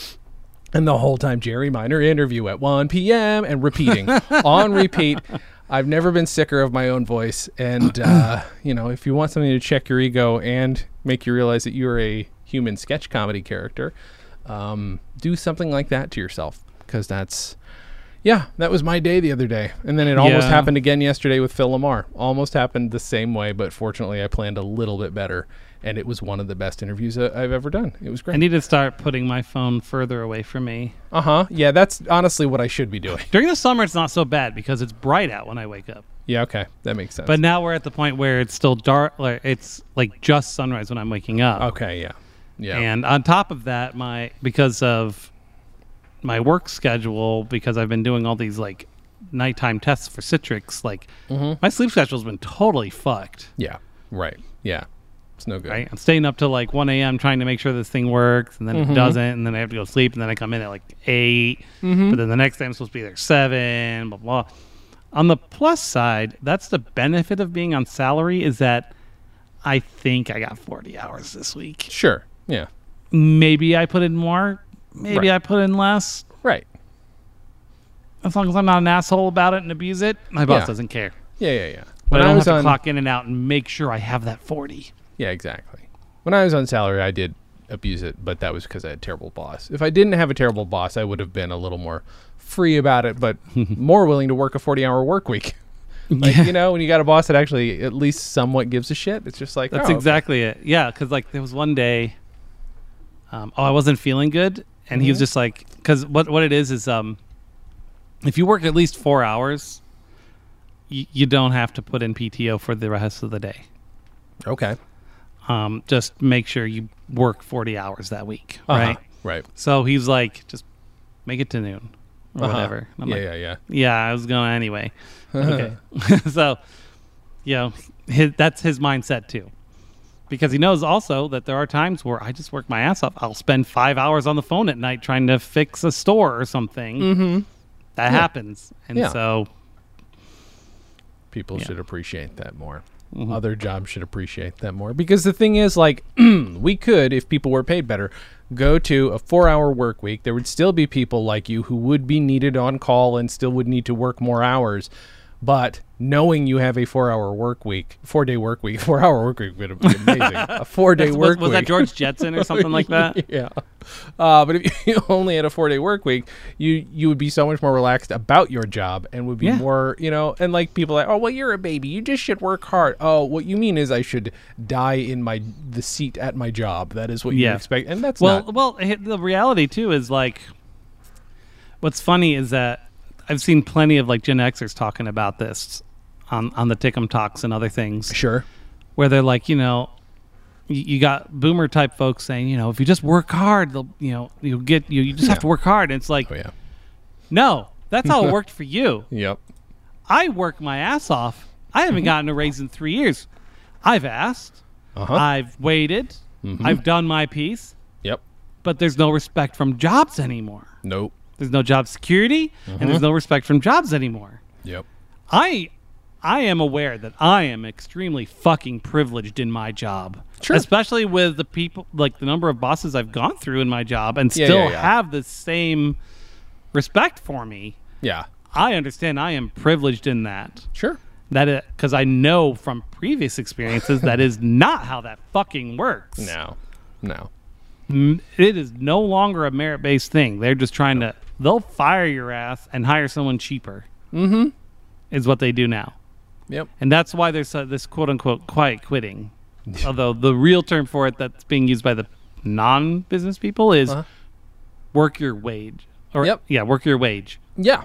And the whole time, Jerry Minor interview at 1 p.m. and repeating on repeat. I've never been sicker of my own voice. And, uh, you know, if you want something to check your ego and make you realize that you're a human sketch comedy character, um, do something like that to yourself. Because that's, yeah, that was my day the other day. And then it almost Yeah. happened again yesterday with Phil Lamar. Almost happened the same way, but fortunately, I planned a little bit better. And it was one of the best interviews uh, I've ever done. It was I great. need to start putting my phone further away from me. Uh huh. Yeah, that's honestly what I should be doing. During the summer, it's not so bad because it's bright out when I wake up. Yeah, okay. That makes sense. But now we're at the point where it's still dark. Like it's like just sunrise when I'm waking up. okay, yeah. Yeah. And on top of that, my because of my work schedule, because I've been doing all these like nighttime tests for Citrix, like Mm-hmm. my sleep schedule's been totally fucked. yeah. Right. Yeah. It's no good. Right, I'm staying up till like 1 a.m. trying to make sure this thing works, and then Mm-hmm. it doesn't, and then I have to go to sleep, and then I come in at like 8 Mm-hmm. But then the next day I'm supposed to be there at seven. Blah blah. On the plus side, that's the benefit of being on salary is that I think I got 40 hours this week. Sure. Yeah. maybe I put in more, maybe Right. I put in less. Right. As long as I'm not an asshole about it and abuse it, my boss Yeah. doesn't care. Yeah, yeah, yeah. But When I I don't was have to on clock in and out and make sure I have that forty. Yeah, exactly. When I was on salary, I did abuse it, but that was because I had a terrible boss. If I didn't have a terrible boss, I would have been a little more free about it, but more willing to work a 40-hour work week. Like, you know, when you got a boss that actually at least somewhat gives a shit, it's just like, That's oh, exactly it. Yeah, because like there was one day, um, oh, I wasn't feeling good, and Mm-hmm. he was just like, because what what it is is um, if you work at least four hours, y- you don't have to put in PTO for the rest of the day. Okay. Um, just make sure you work forty hours that week, Uh-huh. right? Right. So he's like, just make it to noon or Uh-huh. whatever. And I'm yeah, like, yeah, yeah. yeah, I was going to anyway. okay. so, you know, his, that's his mindset too. Because he knows also that there are times where I just work my ass off. I'll spend five hours on the phone at night trying to fix a store or something. Mm-hmm. That happens. And Yeah. so, people should appreciate that more. Mm-hmm. Other jobs should appreciate that more because the thing is, like, we could, if people were paid better, go to a four-hour work week. There would still be people like you who would be needed on call and still would need to work more hours. But knowing you have a four-hour work week, four-day work week, four-hour work week would be amazing. a four-day was, work was week that George Jetson or something like that? yeah. Uh, but if you only had a four day work week, you you would be so much more relaxed about your job and would be Yeah. more, you know, and like people are like, oh well, you're a baby, you just should work hard. Oh, what you mean is I should die in my the seat at my job. That is what you Yeah. expect, and that's Well, um, not- well, h- the reality too is like, what's funny is that I've seen plenty of like Gen Xers talking about this on on the Tickum talks and other things, sure, where they're like, you know, y- you got boomer type folks saying, you know, if you just work hard, they'll, you know, you'll get you. You just have to work hard, and it's like, oh yeah, no, that's how it worked for you. yep, I work my ass off. I Mm-hmm. haven't gotten a raise in three years. I've asked. Uh-huh. Mm-hmm. I've waited. I've done my piece yep, but there's no respect from jobs anymore. nope, There's no job security, and Mm-hmm. there's no respect from jobs anymore. yep, I, I am aware that I am extremely fucking privileged in my job, Sure. especially with the people, like the number of bosses I've gone through in my job, and Yeah, still yeah, yeah. have the same respect for me. yeah, I understand I am privileged in that. sure, That because I know from previous experiences that is not how that fucking works no, no, it is no longer a merit based thing. They're just trying to they'll fire your ass and hire someone cheaper. Mm-hmm. Is what they do now, yep, and that's why there's uh, this quote unquote quiet quitting. Although the real term for it that's being used by the non business people is Uh-huh. work your wage. Or Yep. yeah, work your wage. yeah.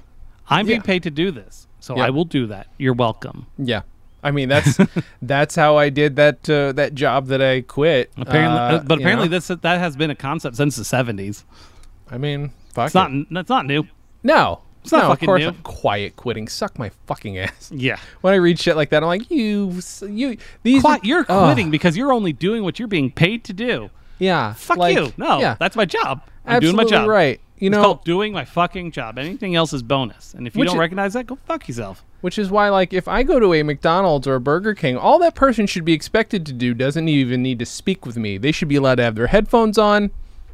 I'm being Yeah. paid to do this, so Yep. Uh, I will do that. You're welcome. Yeah. I mean that's that's how I did that uh, that job that I quit. Apparently, uh, but you know? apparently this that has been a concept since the 70s. I mean, fuck It's not that's not new. No. It's not no, fucking of course new. I'm quiet quitting. Suck my fucking ass. Yeah. When I read shit like that, I'm like, you, s- you, these, Qui- you're Ugh. quitting because you're only doing what you're being paid to do. yeah, Fuck like, you. No, yeah, that's my job. I'm doing absolutely my job. Right. You it's know, called doing my fucking job. Anything else is bonus. And if you Which don't i- recognize that, go fuck yourself. which is why, like, if I go to a McDonald's or a Burger King, all that person should be expected to do doesn't even need to speak with me. They should be allowed to have their headphones on,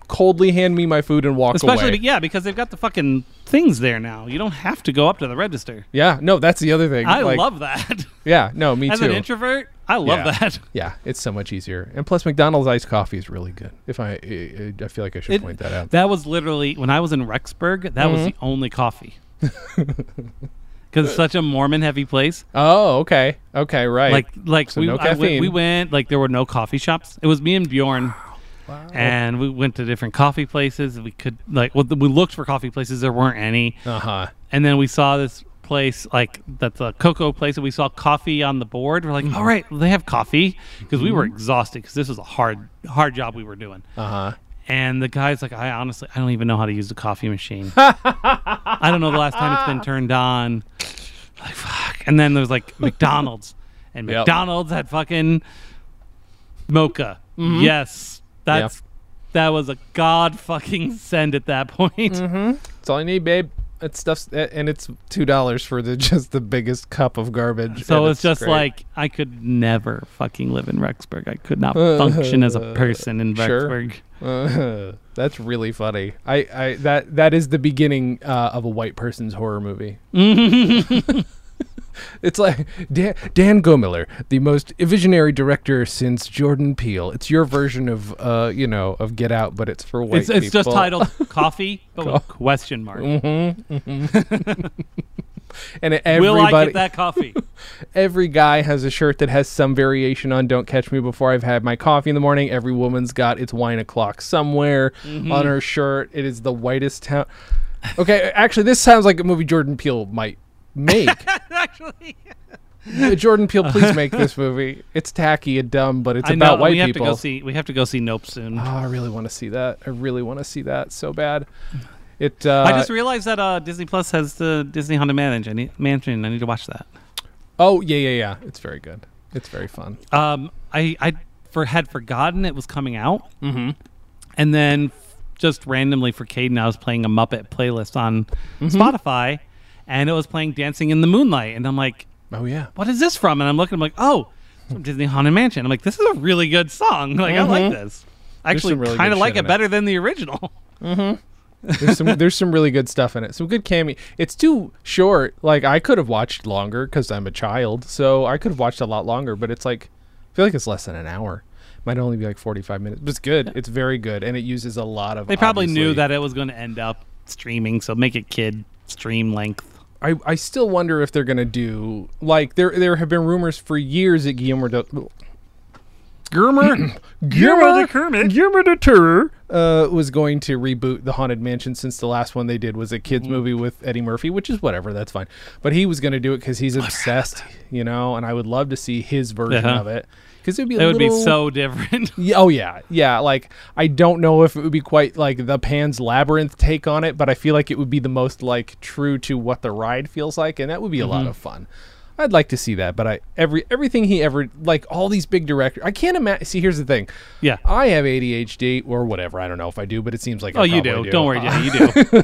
coldly hand me my food and walk Especially, away. be- yeah, because they've got the fucking things there now. You don't have to go up to the register. yeah, no, that's the other thing. I like, love that. Yeah, no, me As too. an introvert, I love Yeah. that. Yeah, it's so much easier. And plus, McDonald's iced coffee is really good. If I, I, I feel like I should It- point that out. That was literally when I was in Rexburg. That Mm-hmm. was the only coffee. Because it's such a Mormon heavy place. oh, okay, okay, right. Like, like So we, no I went- we caffeine. went. Like there were no coffee shops. It was me and Bjorn, and we went to different coffee places. We could like well, we looked for coffee places. There weren't any, uh huh. and then we saw this place like that's a cocoa place, and we saw coffee on the board. We're like, all right, they have coffee because we were exhausted because this was a hard hard job we were doing. Uh huh. And the guy's like, I honestly, I don't even know how to use the coffee machine. I don't know the last time it's been turned on. Like, fuck. And then there's like McDonald's. And Yep. McDonald's had fucking mocha. Yes. That's, that was a god fucking send at that point. That's all you need, babe. That stuff's a- and it's two dollars for the just the biggest cup of garbage. So and it's just great. like, I could never fucking live in Rexburg. I could not function as a person in Uh, Sure. Rexburg. Uh, that's really funny. I, I that that is the beginning uh, of a white person's horror movie. it's like Dan, Dan Gomiller, the most visionary director since Jordan Peele. It's your version of uh, you know, of Get Out, but it's for white It's, it's just people. Mm, titled Coffee, but with question mark. And Will everybody, I get that coffee? every guy has a shirt that has some variation on "Don't catch me before I've had my coffee in the morning." Every woman's got "It's wine o'clock" somewhere Mm-hmm. on her shirt. It is the whitest town. Okay, actually, this sounds like a movie Jordan Peele might make. Uh, Actually. Jordan Peele, please make this movie. It's tacky and dumb, but it's about white we have people. to go see. We have to go see Nope soon. Oh, I really want to see that. I really want to see that so bad. It. Uh, I just realized that uh, Disney Plus has the Disney Haunted Mansion. I need, Mansion. I need to watch that. oh yeah yeah yeah. It's very good. It's very fun. Um, I I for had forgotten it was coming out, mm-hmm. and then f- just randomly for Caden, I was playing a Muppet playlist on Mm-hmm. Spotify, and it was playing Dancing in the Moonlight, and I'm like, Oh yeah. what is this from? And I'm looking, I'm like, oh, it's from Disney Haunted Mansion. I'm like, this is a really good song. Like I like this. I actually Mm-hmm. some really kind of good like shit it in it. better than the original. There's some there's some really good stuff in it. Some good cameo. It's too short. Like I could have watched longer because I'm a child, so I could have watched a lot longer. But it's like I feel like it's less than an hour. Might only be like 45 minutes. But it's good. It's very good, and it uses a lot of. They probably knew obviously- that it was going to end up streaming, so make it kid stream length. I, I still wonder if they're gonna do like there there have been rumors for years that Guillermo del Guillermo Guillermo the Kermit. Guillermo de Toro uh, was going to reboot the Haunted Mansion since the last one they did was a Mm. kids movie with Eddie Murphy, which is whatever that's fine. But he was gonna do it because he's obsessed, you know. And I would love to see his version Uh-huh. of it because it would be a It would be little- so different. yeah, oh yeah, yeah. Like I don't know if it would be quite like the Pan's Labyrinth take on it, but I feel like it would be the most like true to what the ride feels like, and that would be a lot Mm-hmm. of fun. I'd like to see that, but I every everything he ever like all these big directors. I can't imagine. See, here's the thing. Yeah. I have ADHD or whatever. I don't know if I do, but it seems like Oh, I you do. probably do. Don't worry, Jay.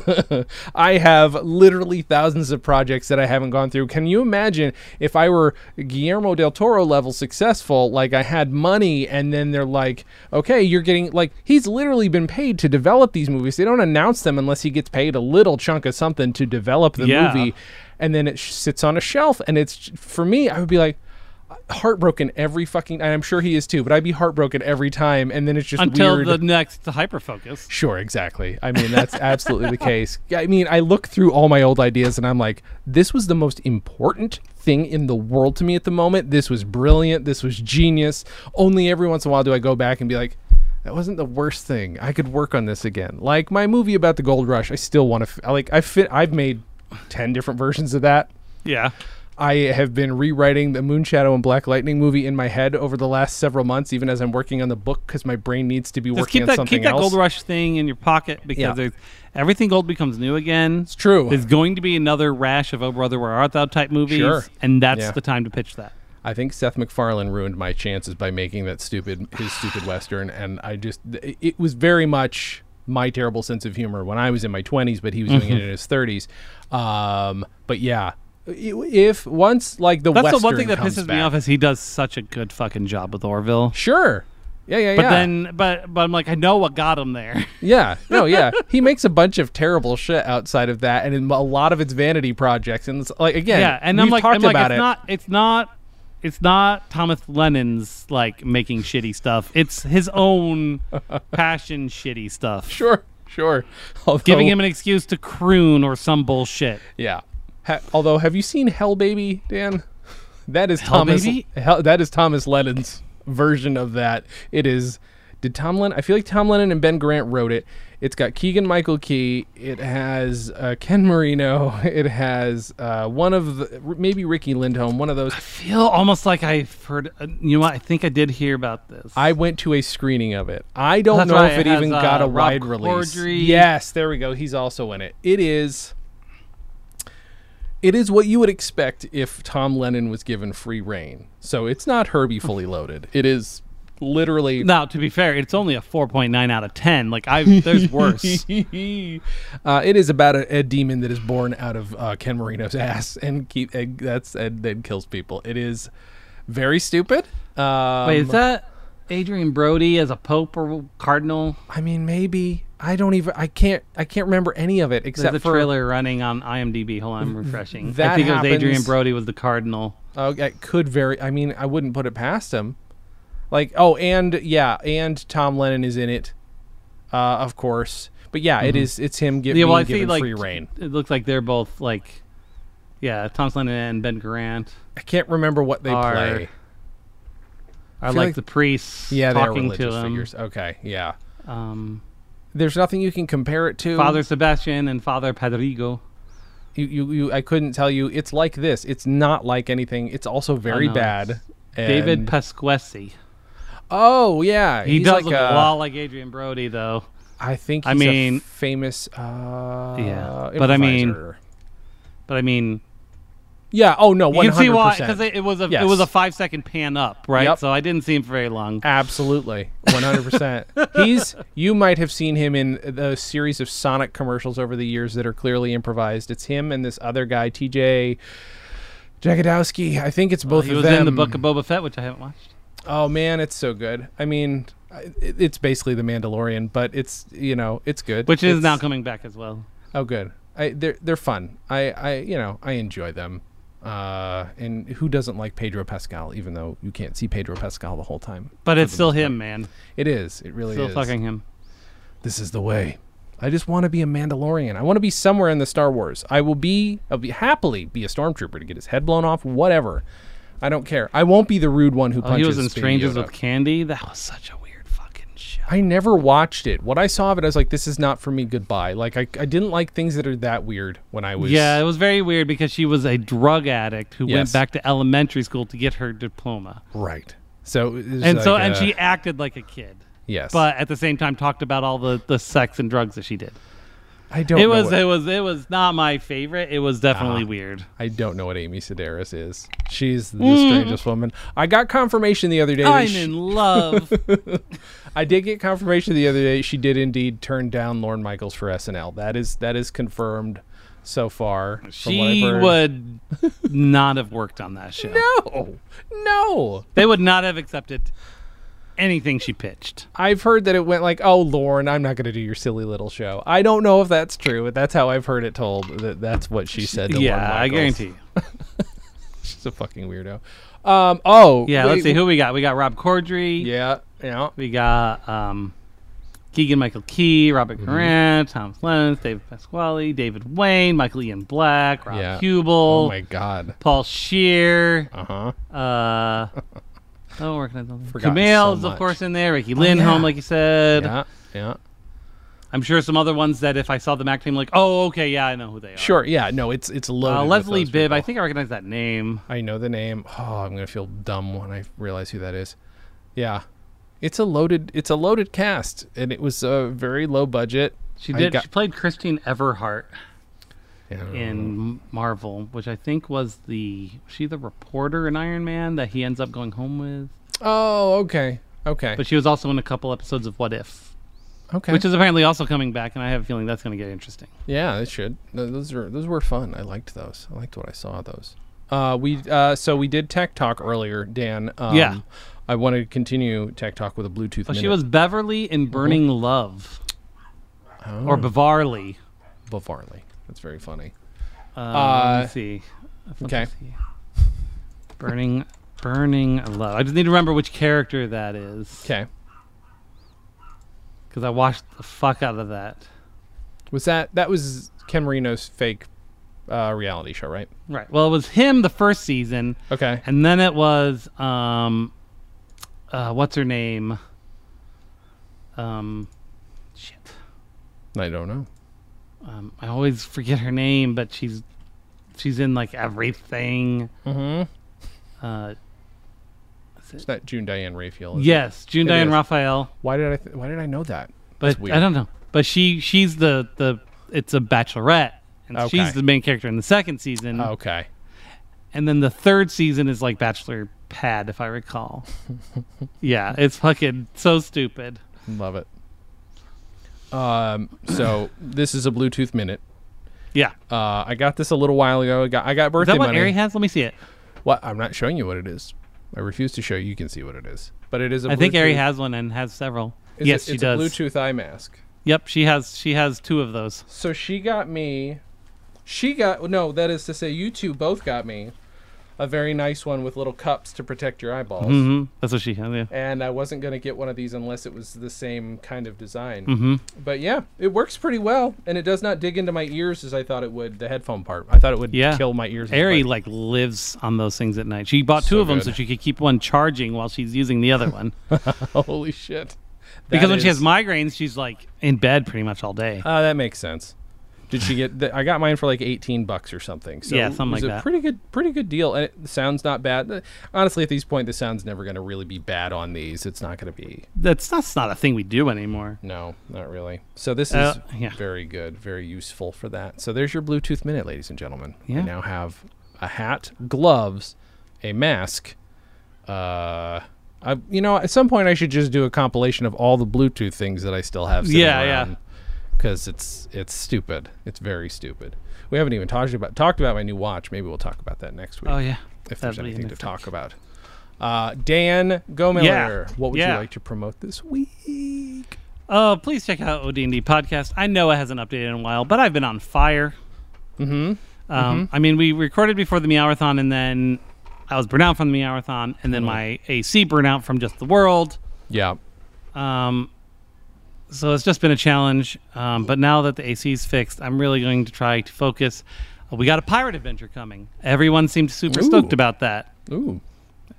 You do. I have literally thousands of projects that I haven't gone through. Can you imagine if I were Guillermo del Toro level successful, like I had money and then they're like, okay, you're getting like he's literally been paid to develop these movies. They don't announce them unless he gets paid a little chunk of something to develop the Yeah. movie and then it sh- sits on a shelf and it's for me, I would be like heartbroken every fucking and I'm sure he is too, but I'd be heartbroken every time and then it's just Until weird. the next hyperfocus. Sure, exactly. I mean, that's absolutely the case. I mean, I look through all my old ideas and I'm like, this was the most important thing in the world to me at the moment. This was brilliant. This was genius. Only every once in a while do I go back and be like, that wasn't the worst thing. I could work on this again. Like my movie about the gold rush, I still want to f- I like I fit I've made 10 different versions of that. Yeah. I have been rewriting the Moonshadow and Black Lightning movie in my head over the last several months, even as I'm working on the book, because my brain needs to be Just working keep on that something keep that else. gold rush thing in your pocket because Yeah. there's, everything gold becomes new again. It's true. There's going to be another rash of Oh Brother Where Art Thou type movies, Sure. and that's Yeah. the time to pitch that. I think Seth MacFarlane ruined my chances by making that stupid his stupid western, and I just th- it was very much my terrible sense of humor when I was in my twenties, but he was Mm-hmm. doing it in his thirties. Um, but yeah, i- if once like the That's western the one thing that comes pisses me back- off is he does such a good fucking job with Orville. Sure, Yeah, yeah, But yeah. then, but but I'm like, I know what got him there. yeah, no, yeah, he makes a bunch of terrible shit outside of that, and in a lot of it's vanity projects, and it's like again, yeah, and we've I'm like, talked I'm like, about it's it. not, it's not, it's not Thomas Lennon's like making shitty stuff. It's his own passion, shitty stuff. sure, sure. Although, Giving him an excuse to croon or some bullshit. yeah. Ha- although, have you seen Hell Baby, Dan? That is Thomas. Baby? Hell, that is Thomas Lennon's version of that. It is. Did Tom Lennon? I feel like Tom Lennon and Ben Grant wrote it. It's got Keegan Michael Key. It has uh, Ken Marino. It has uh, one of the, maybe Ricky Lindholm. One of those. Feel almost like I've heard. uh, You know, what? I think I did hear about this. I went to a screening of it. I don't That's know right, if it it has, even uh, got a Rob wide release. Corddry. Yes, there we go. He's also in it. It is. It is what you would expect if Tom Lennon was given free reign. So it's not Herbie fully loaded. It is literally. now, to be fair, it's only a 4.9 out of 10. Like I, there's worse. uh, it is about a, a demon that is born out of uh, Ken Marino's ass and keep and that's and then kills people. It is very stupid. Um, Wait, is that Adrian Brody as a pope or cardinal? I mean, maybe I don't even. I can't. I can't remember any of it There's except a for trailer running on IMDb. Hold on, I'm refreshing. That I think it was Adrian happens- Brody was the cardinal. Oh, that could very. I mean, I wouldn't put it past him. Like, oh, and yeah, and Tom Lennon is in it, uh, of course. But yeah, it is. It's him giving Mm-hmm. Yeah, well, I being see. given Like free reign. it looks like they're both like, yeah, Tom Lennon and Ben Grant I can't remember what they Are- play. are feel like, like- the priests Yeah, they're talking to religious him. figures. Okay, yeah. Um, There's nothing you can compare it to. Father Sebastian and Father Padrigo. you, you, you. I couldn't tell you. It's like this. It's not like anything. It's also very know, bad. it's David and- Pasquesi. oh yeah, He he's does like look a- a lot like Adrian Brody, though. I think. He's I mean- a famous. Uh, Yeah, but I mean- improviser. But I mean, Yeah. Oh no. you One can see hundred why percent. because it, it was a Yes. it was a five second pan up, right? Yep. So I didn't see him for very long. Absolutely, one hundred percent. He's. You might have seen him in the series of Sonic commercials over the years that are clearly improvised. It's him and this other guy, T.J. Jagodowski. I think it's both Oh, He of was them. in the Book of Boba Fett, which I haven't watched. oh man, it's so good. I mean, I- it- it's basically the Mandalorian, but it's you know it's good. Which is It's- now coming back as well. Oh, good. I they're they're fun. I I you know I enjoy them. Uh, and who doesn't like Pedro Pascal? Even though you can't see Pedro Pascal the whole time, But it's still him, man. it is. It really Still is. fucking him. this is the way. I just want to be a Mandalorian. I want to be somewhere in the Star Wars. I will be, I'll be happily be a stormtrooper to get his head blown off, whatever. I don't care. I won't be the rude one who Oh, punches. he was in Baby Strangers Yoda. with Candy. That was such a weird fucking show. I never watched it. What I saw of it, I was like, this is not for me. Goodbye. Like I, I didn't like things that are that weird when I was. Yeah, it was very weird because she was a drug addict who Yes. went back to elementary school to get her diploma, Right. So. it was and so like, and uh, she acted like a kid, Yes. but at the same time talked about all the the sex and drugs that she did. I don't. it know was what- it was it was not my favorite. It was definitely Uh-huh. weird. I don't know what Amy Sedaris is. She's the strangest woman. I got confirmation the other day. that Mm. I'm she- in love. I did get confirmation the other day. She did indeed turn down Lorne Michaels for SNL. That is that is confirmed so far. from what I've she heard. would not have worked on that show. No, no. They would not have accepted anything she pitched. I've heard that it went like, "Oh, Lorne, I'm not going to do your silly little show." I don't know if that's true, but that's how I've heard it told. That that's what she said. To Lorne yeah, I Michaels. guarantee you. she's a fucking weirdo. Um. Oh. Yeah, wait, let's see who we got. We got Rob Corddry. Yeah. Yeah. We got um, Keegan Michael Key, Robert Mm-hmm. Grant, Tom Lennon, David Pasquale, David Wayne, Michael Ian Black, Rob Yeah. Hubel, Oh my God. Paul Shear. Uh huh. Uh, oh, working on something. Forgotten Kumail so is much. of course in there. Ricky Lindholm, yeah. like you said. Yeah. Yeah. I'm sure some other ones that if I saw them acting, like, oh, okay, yeah, I know who they are. Sure. Yeah. No. It's it's loaded. Uh, with Leslie those Bibb. I people. think I recognize that name. I know the name. Oh, I'm gonna feel dumb when I realize who that is. Yeah, it's a loaded. It's a loaded cast, and it was a very low budget. She I did. got- Oh. she played Christine Everhart Yeah. in Marvel, which I think was the was she the reporter in Iron Man that he ends up going home with. Oh, okay, okay, But she was also in a couple episodes of What If, okay. which is apparently also coming back, and I have a feeling that's going to get interesting. yeah, it should. Th- Those are those were fun. I liked those. I liked what I saw of those. Uh, we uh, so we did tech talk earlier, Dan. Um, Yeah. I wanted to continue tech talk with a Bluetooth. Oh, she minute. Mm-hmm. was Beverly in Burning Love, Oh. or Bevarly. Bavarly. That's very funny. Uh, Uh, let me see. Let me okay. see. Burning, Burning Love. I just need to remember which character that is Okay. because I watched the fuck out of that. Was that that was Ken Marino's fake uh, reality show, right? Right. Well, it was him the first season, Okay. and then it was um, uh, what's her name? Um, shit. I don't know. Um, I always forget her name, but she's she's in like everything. Mm-hmm. Uh, It's not June Diane Raphael. is it? yes, June It Diane is. Raphael. Why did I th- Why did I know that? but weird. I don't know. But she she's the the it's a bachelorette, and Okay. Oh. she's the main character in the second season, Okay. and then the third season is like bachelor pad, if I recall. yeah, it's fucking so stupid. Love it. Um. So this is a Bluetooth minute. Yeah, Uh, I got this a little while ago. I got I got is birthday that what money. Ari has? Let me see it. What? I'm not showing you what it is. I refuse to show you. You can see what it is. But it is a I think Ari Bluetooth- has one and has several. it's yes, a, she it's does. A Bluetooth eye mask. Yep, she has she has two of those. So she got me. She got no. That is to say, you two both got me a very nice one with little cups to protect your eyeballs. hmm That's what she has. Yeah. And I wasn't gonna get one of these unless it was the same kind of design. Mm-hmm. But yeah, it works pretty well, and it does not dig into my ears as I thought it would. The headphone part, I thought it would Yeah. kill my ears. as Ari much. like lives on those things at night. She bought two So of them so good. she could keep one charging while she's using the other one. holy shit. That because when she is- has migraines, she's like in bed pretty much all day. Ah, that makes sense. Did she get? The, I got mine for like eighteen bucks or something. So Yeah, it something was like a that. Pretty good, pretty good deal, and it, the sound's not bad. Uh, Honestly, at these point, the sound's never going to really be bad on these. It's not going to be. That's that's not a thing we do anymore. No, not really. So this is Uh, yeah. very good, very useful for that. So there's your Bluetooth minute, ladies and gentlemen. I Yeah. now have a hat, gloves, a mask. Uh, I, you know, at some point I should just do a compilation of all the Bluetooth things that I still have. Sitting Yeah, yeah. Because it's it's stupid. It's very stupid. We haven't even talked about talked about my new watch. Maybe we'll talk about that next week. Oh yeah. If there's That'll be anything to next talk about. Uh, Dan Gomiller, what would yeah. you like to promote this week? Oh, please check out OD&D podcast. I know it hasn't updated in a while, but I've been on fire. Mm-hmm. Um, I mean, we recorded before the Meowathon, and then I was burnt out from the Meowathon, and then my AC burnout from just the world. Yeah. Um, so it's just been a challenge. Um, but now that the AC is fixed, I'm really going to try to focus. Uh, we got a pirate adventure coming. Everyone seemed super stoked Ooh. about that, Ooh.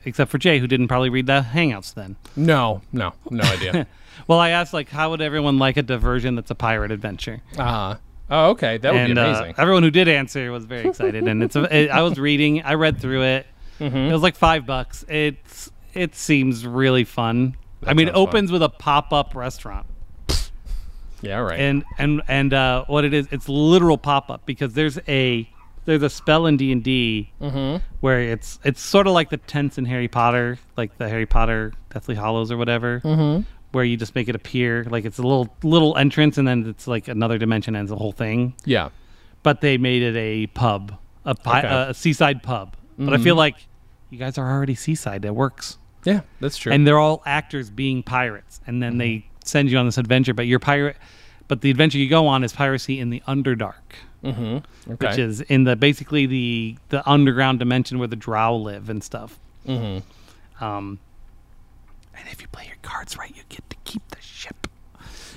except for Jay, who didn't probably read the Hangouts then. No, no, no idea. Well, I asked like, how would everyone like a diversion that's a pirate adventure? uh Oh, okay. That would and be uh, amazing. everyone who did answer was very excited. and it's, a, it, I was reading, I read through it. Mm-hmm. It was like five bucks. It's it seems really fun. I mean, it sounds fun. opens with a pop up restaurant, yeah, right. and and and uh, what it is, it's literal pop up because there's a there's a spell in D and D where it's it's sort of like the tents in Harry Potter, like the Harry Potter Deathly Hollows or whatever, where you just make it appear like it's a little little entrance and then it's like another dimension and it's a whole thing. yeah. But they made it a pub, a, pi- Okay. a seaside pub. But I feel like you guys are already seaside. It works, Yeah, that's true. and they're all actors being pirates, and then they send you on this adventure. But you're pirate, but the adventure you go on is piracy in the Underdark okay. which is in the basically the the underground dimension where the drow live and stuff. Mm-hmm. Um, and if you play your cards right, you get to keep the ship.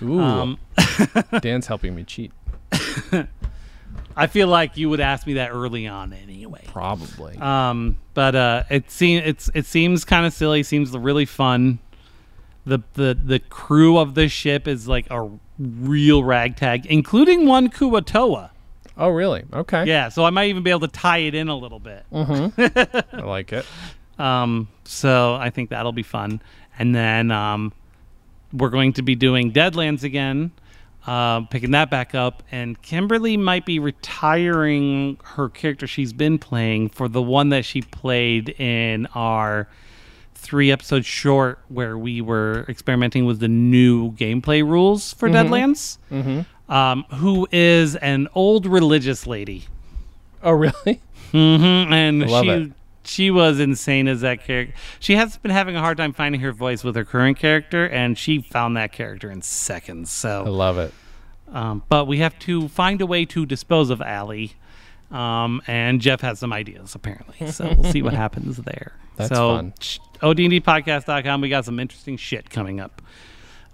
Ooh. Um, Dan's helping me cheat. I feel like you would ask me that early on anyway. Probably. Um, but uh, it seems it's it seems kind of silly. Seems really fun. The the the crew of this ship is like a real ragtag, including one Kuwatoa. oh, really? Okay. Yeah, so I might even be able to tie it in a little bit. I like it. Um, so I think that'll be fun. And then um, we're going to be doing Deadlands again, uh, picking that back up. And Kimberly might be retiring her character she's been playing for the one that she played in our three episode short where we were experimenting with the new gameplay rules for Deadlands, um, who is an old religious lady Oh, really? Mm-hmm. And love she it. she was insane as that character. She has been having a hard time finding her voice with her current character, and she found that character in seconds. So I love it. Um, but we have to find a way to dispose of Allie. Um, and Jeff has some ideas, apparently. So we'll see what happens there. That's so, fun. sh- ODNDpodcast.com. We got some interesting shit coming up.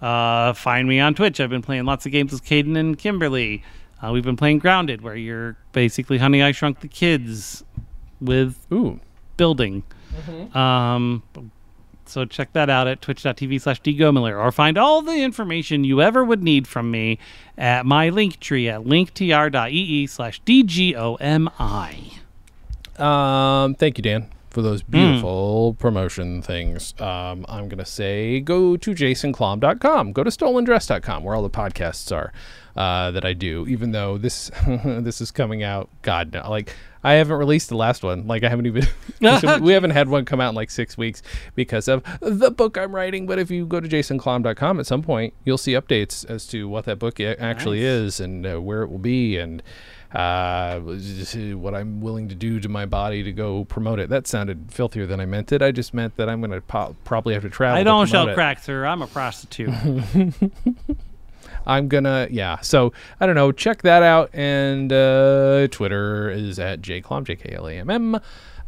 Uh, find me on Twitch. I've been playing lots of games with Caden and Kimberly. Uh, we've been playing Grounded, where you're basically Honey, I Shrunk the Kids with Ooh, building. Mm-hmm. Um, so check that out at twitch.tv slash dgomiller or find all the information you ever would need from me at my link tree at linktr.ee slash dgomi. Um, thank you, Dan, for those beautiful promotion things. Um, I'm going to say go to jasonklom.com, go to stolendress.com, where all the podcasts are uh, that I do, even though this this is coming out, God, no, like, I haven't released the last one. Like, I haven't even, we haven't had one come out in like six weeks because of the book I'm writing. But if you go to jasonklom.com at some point, you'll see updates as to what that book a- actually is and uh, where it will be and uh, what I'm willing to do to my body to go promote it. That sounded filthier than I meant it. I just meant that I'm going to po- probably have to travel. I to don't promote shell it. crack, sir. I'm a prostitute. I'm gonna yeah. So I don't know. Check that out. And uh, Twitter is at jklom j k l a m m.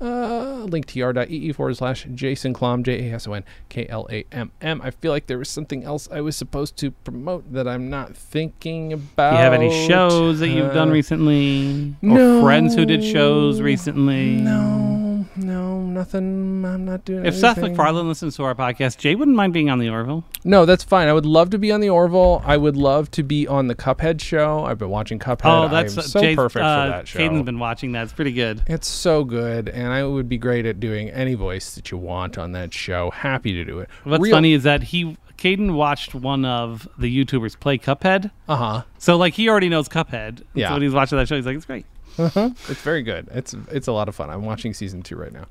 Uh, linktr.ee forward slash Jason Klom J A S O N K L A M M. I feel like there was something else I was supposed to promote that I'm not thinking about. Do you have any shows that you've done Uh, recently? Or no. friends who did shows recently? No, no, nothing. I'm not doing. If Seth anything. MacFarlane listens to our podcast, Jay wouldn't mind being on the Orville. No, that's fine. I would love to be on the Orville. I would love to be on the Cuphead show. I've been watching Cuphead. oh, that's I am so Jay's- perfect uh, for that show. Caden's been watching that. It's pretty good. It's so good, and I would be great at doing any voice that you want on that show. Happy to do it. What's funny is that he Caden watched one of the YouTubers play Cuphead. Uh huh. So like he already knows Cuphead. Yeah. So when he's watching that show, he's like, it's great. It's very good. It's it's a lot of fun. I'm watching season two right now.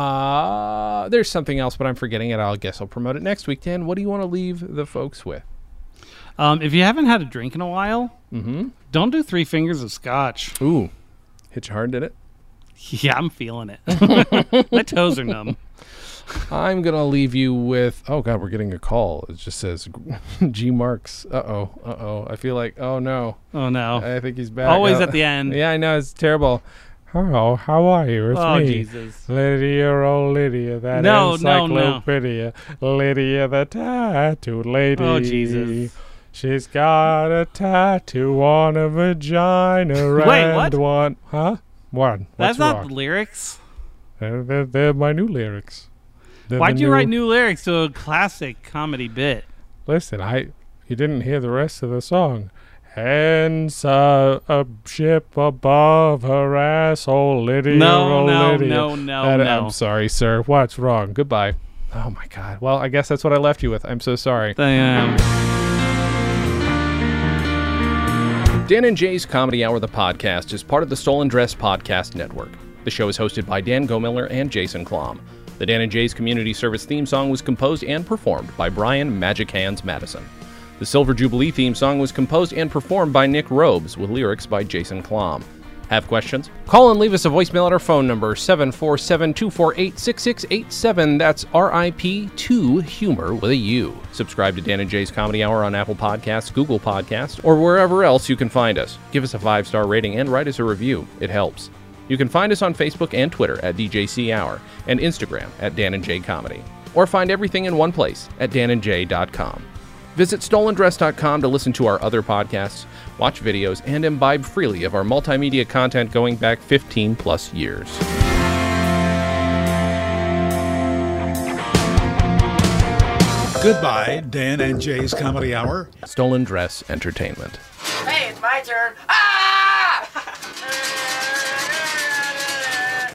Uh, there's something else, but I'm forgetting it. I'll guess I'll promote it next week. Dan, what do you want to leave the folks with? Um, if you haven't had a drink in a while, Mm-hmm. don't do three fingers of scotch. Ooh, hit you hard, did it? Yeah, I'm feeling it. My toes are numb. I'm gonna leave you with. Oh God, we're getting a call. It just says G marks. Uh oh. Uh oh. I feel like. Oh no. Oh no. I think he's back. Always Oh, at the end. Yeah, I know. It's terrible. Hello, how are you? It's Oh me. Jesus. Lydia, oh Lydia, that No, no, no. encyclopedia. Lydia, the tattooed lady. Oh, Jesus. She's got a tattoo on her vagina Wait, and what? one. Huh? One. That's What's not wrong? lyrics. They're, they're, they're my new lyrics. They're Why'd the you write new lyrics to a classic comedy bit? Listen, I you didn't hear the rest of the song. Hence a, a ship above her asshole, Lydia. No, oh, no, Lydia. no, no, That- no. I'm sorry, sir. What's wrong? Goodbye. Oh my God. Well, I guess that's what I left you with. I'm so sorry. Damn. Dan and Jay's Comedy Hour, the podcast, is part of the Stolen Dress Podcast Network. The show is hosted by Dan Gomiller and Jason Klom. The Dan and Jay's Community Service theme song was composed and performed by Brian Magic Hands Madison. The Silver Jubilee theme song was composed and performed by Nick Robes, with lyrics by Jason Klom. Have questions? Call and leave us a voicemail at our phone number, 747 248 6687. That's RIP to humor with a U. Subscribe to Dan and Jay's Comedy Hour on Apple Podcasts, Google Podcasts, or wherever else you can find us. Give us a five star rating and write us a review. It helps. You can find us on Facebook and Twitter at DJC Hour and Instagram at Dan and Jay Comedy. Or find everything in one place at danandjay.com. Visit stolendress.com to listen to our other podcasts, watch videos, and imbibe freely of our multimedia content going back 15 plus years. Goodbye, Dan and Jay's Comedy Hour. Stolen Dress Entertainment. Hey, it's my turn. Ah!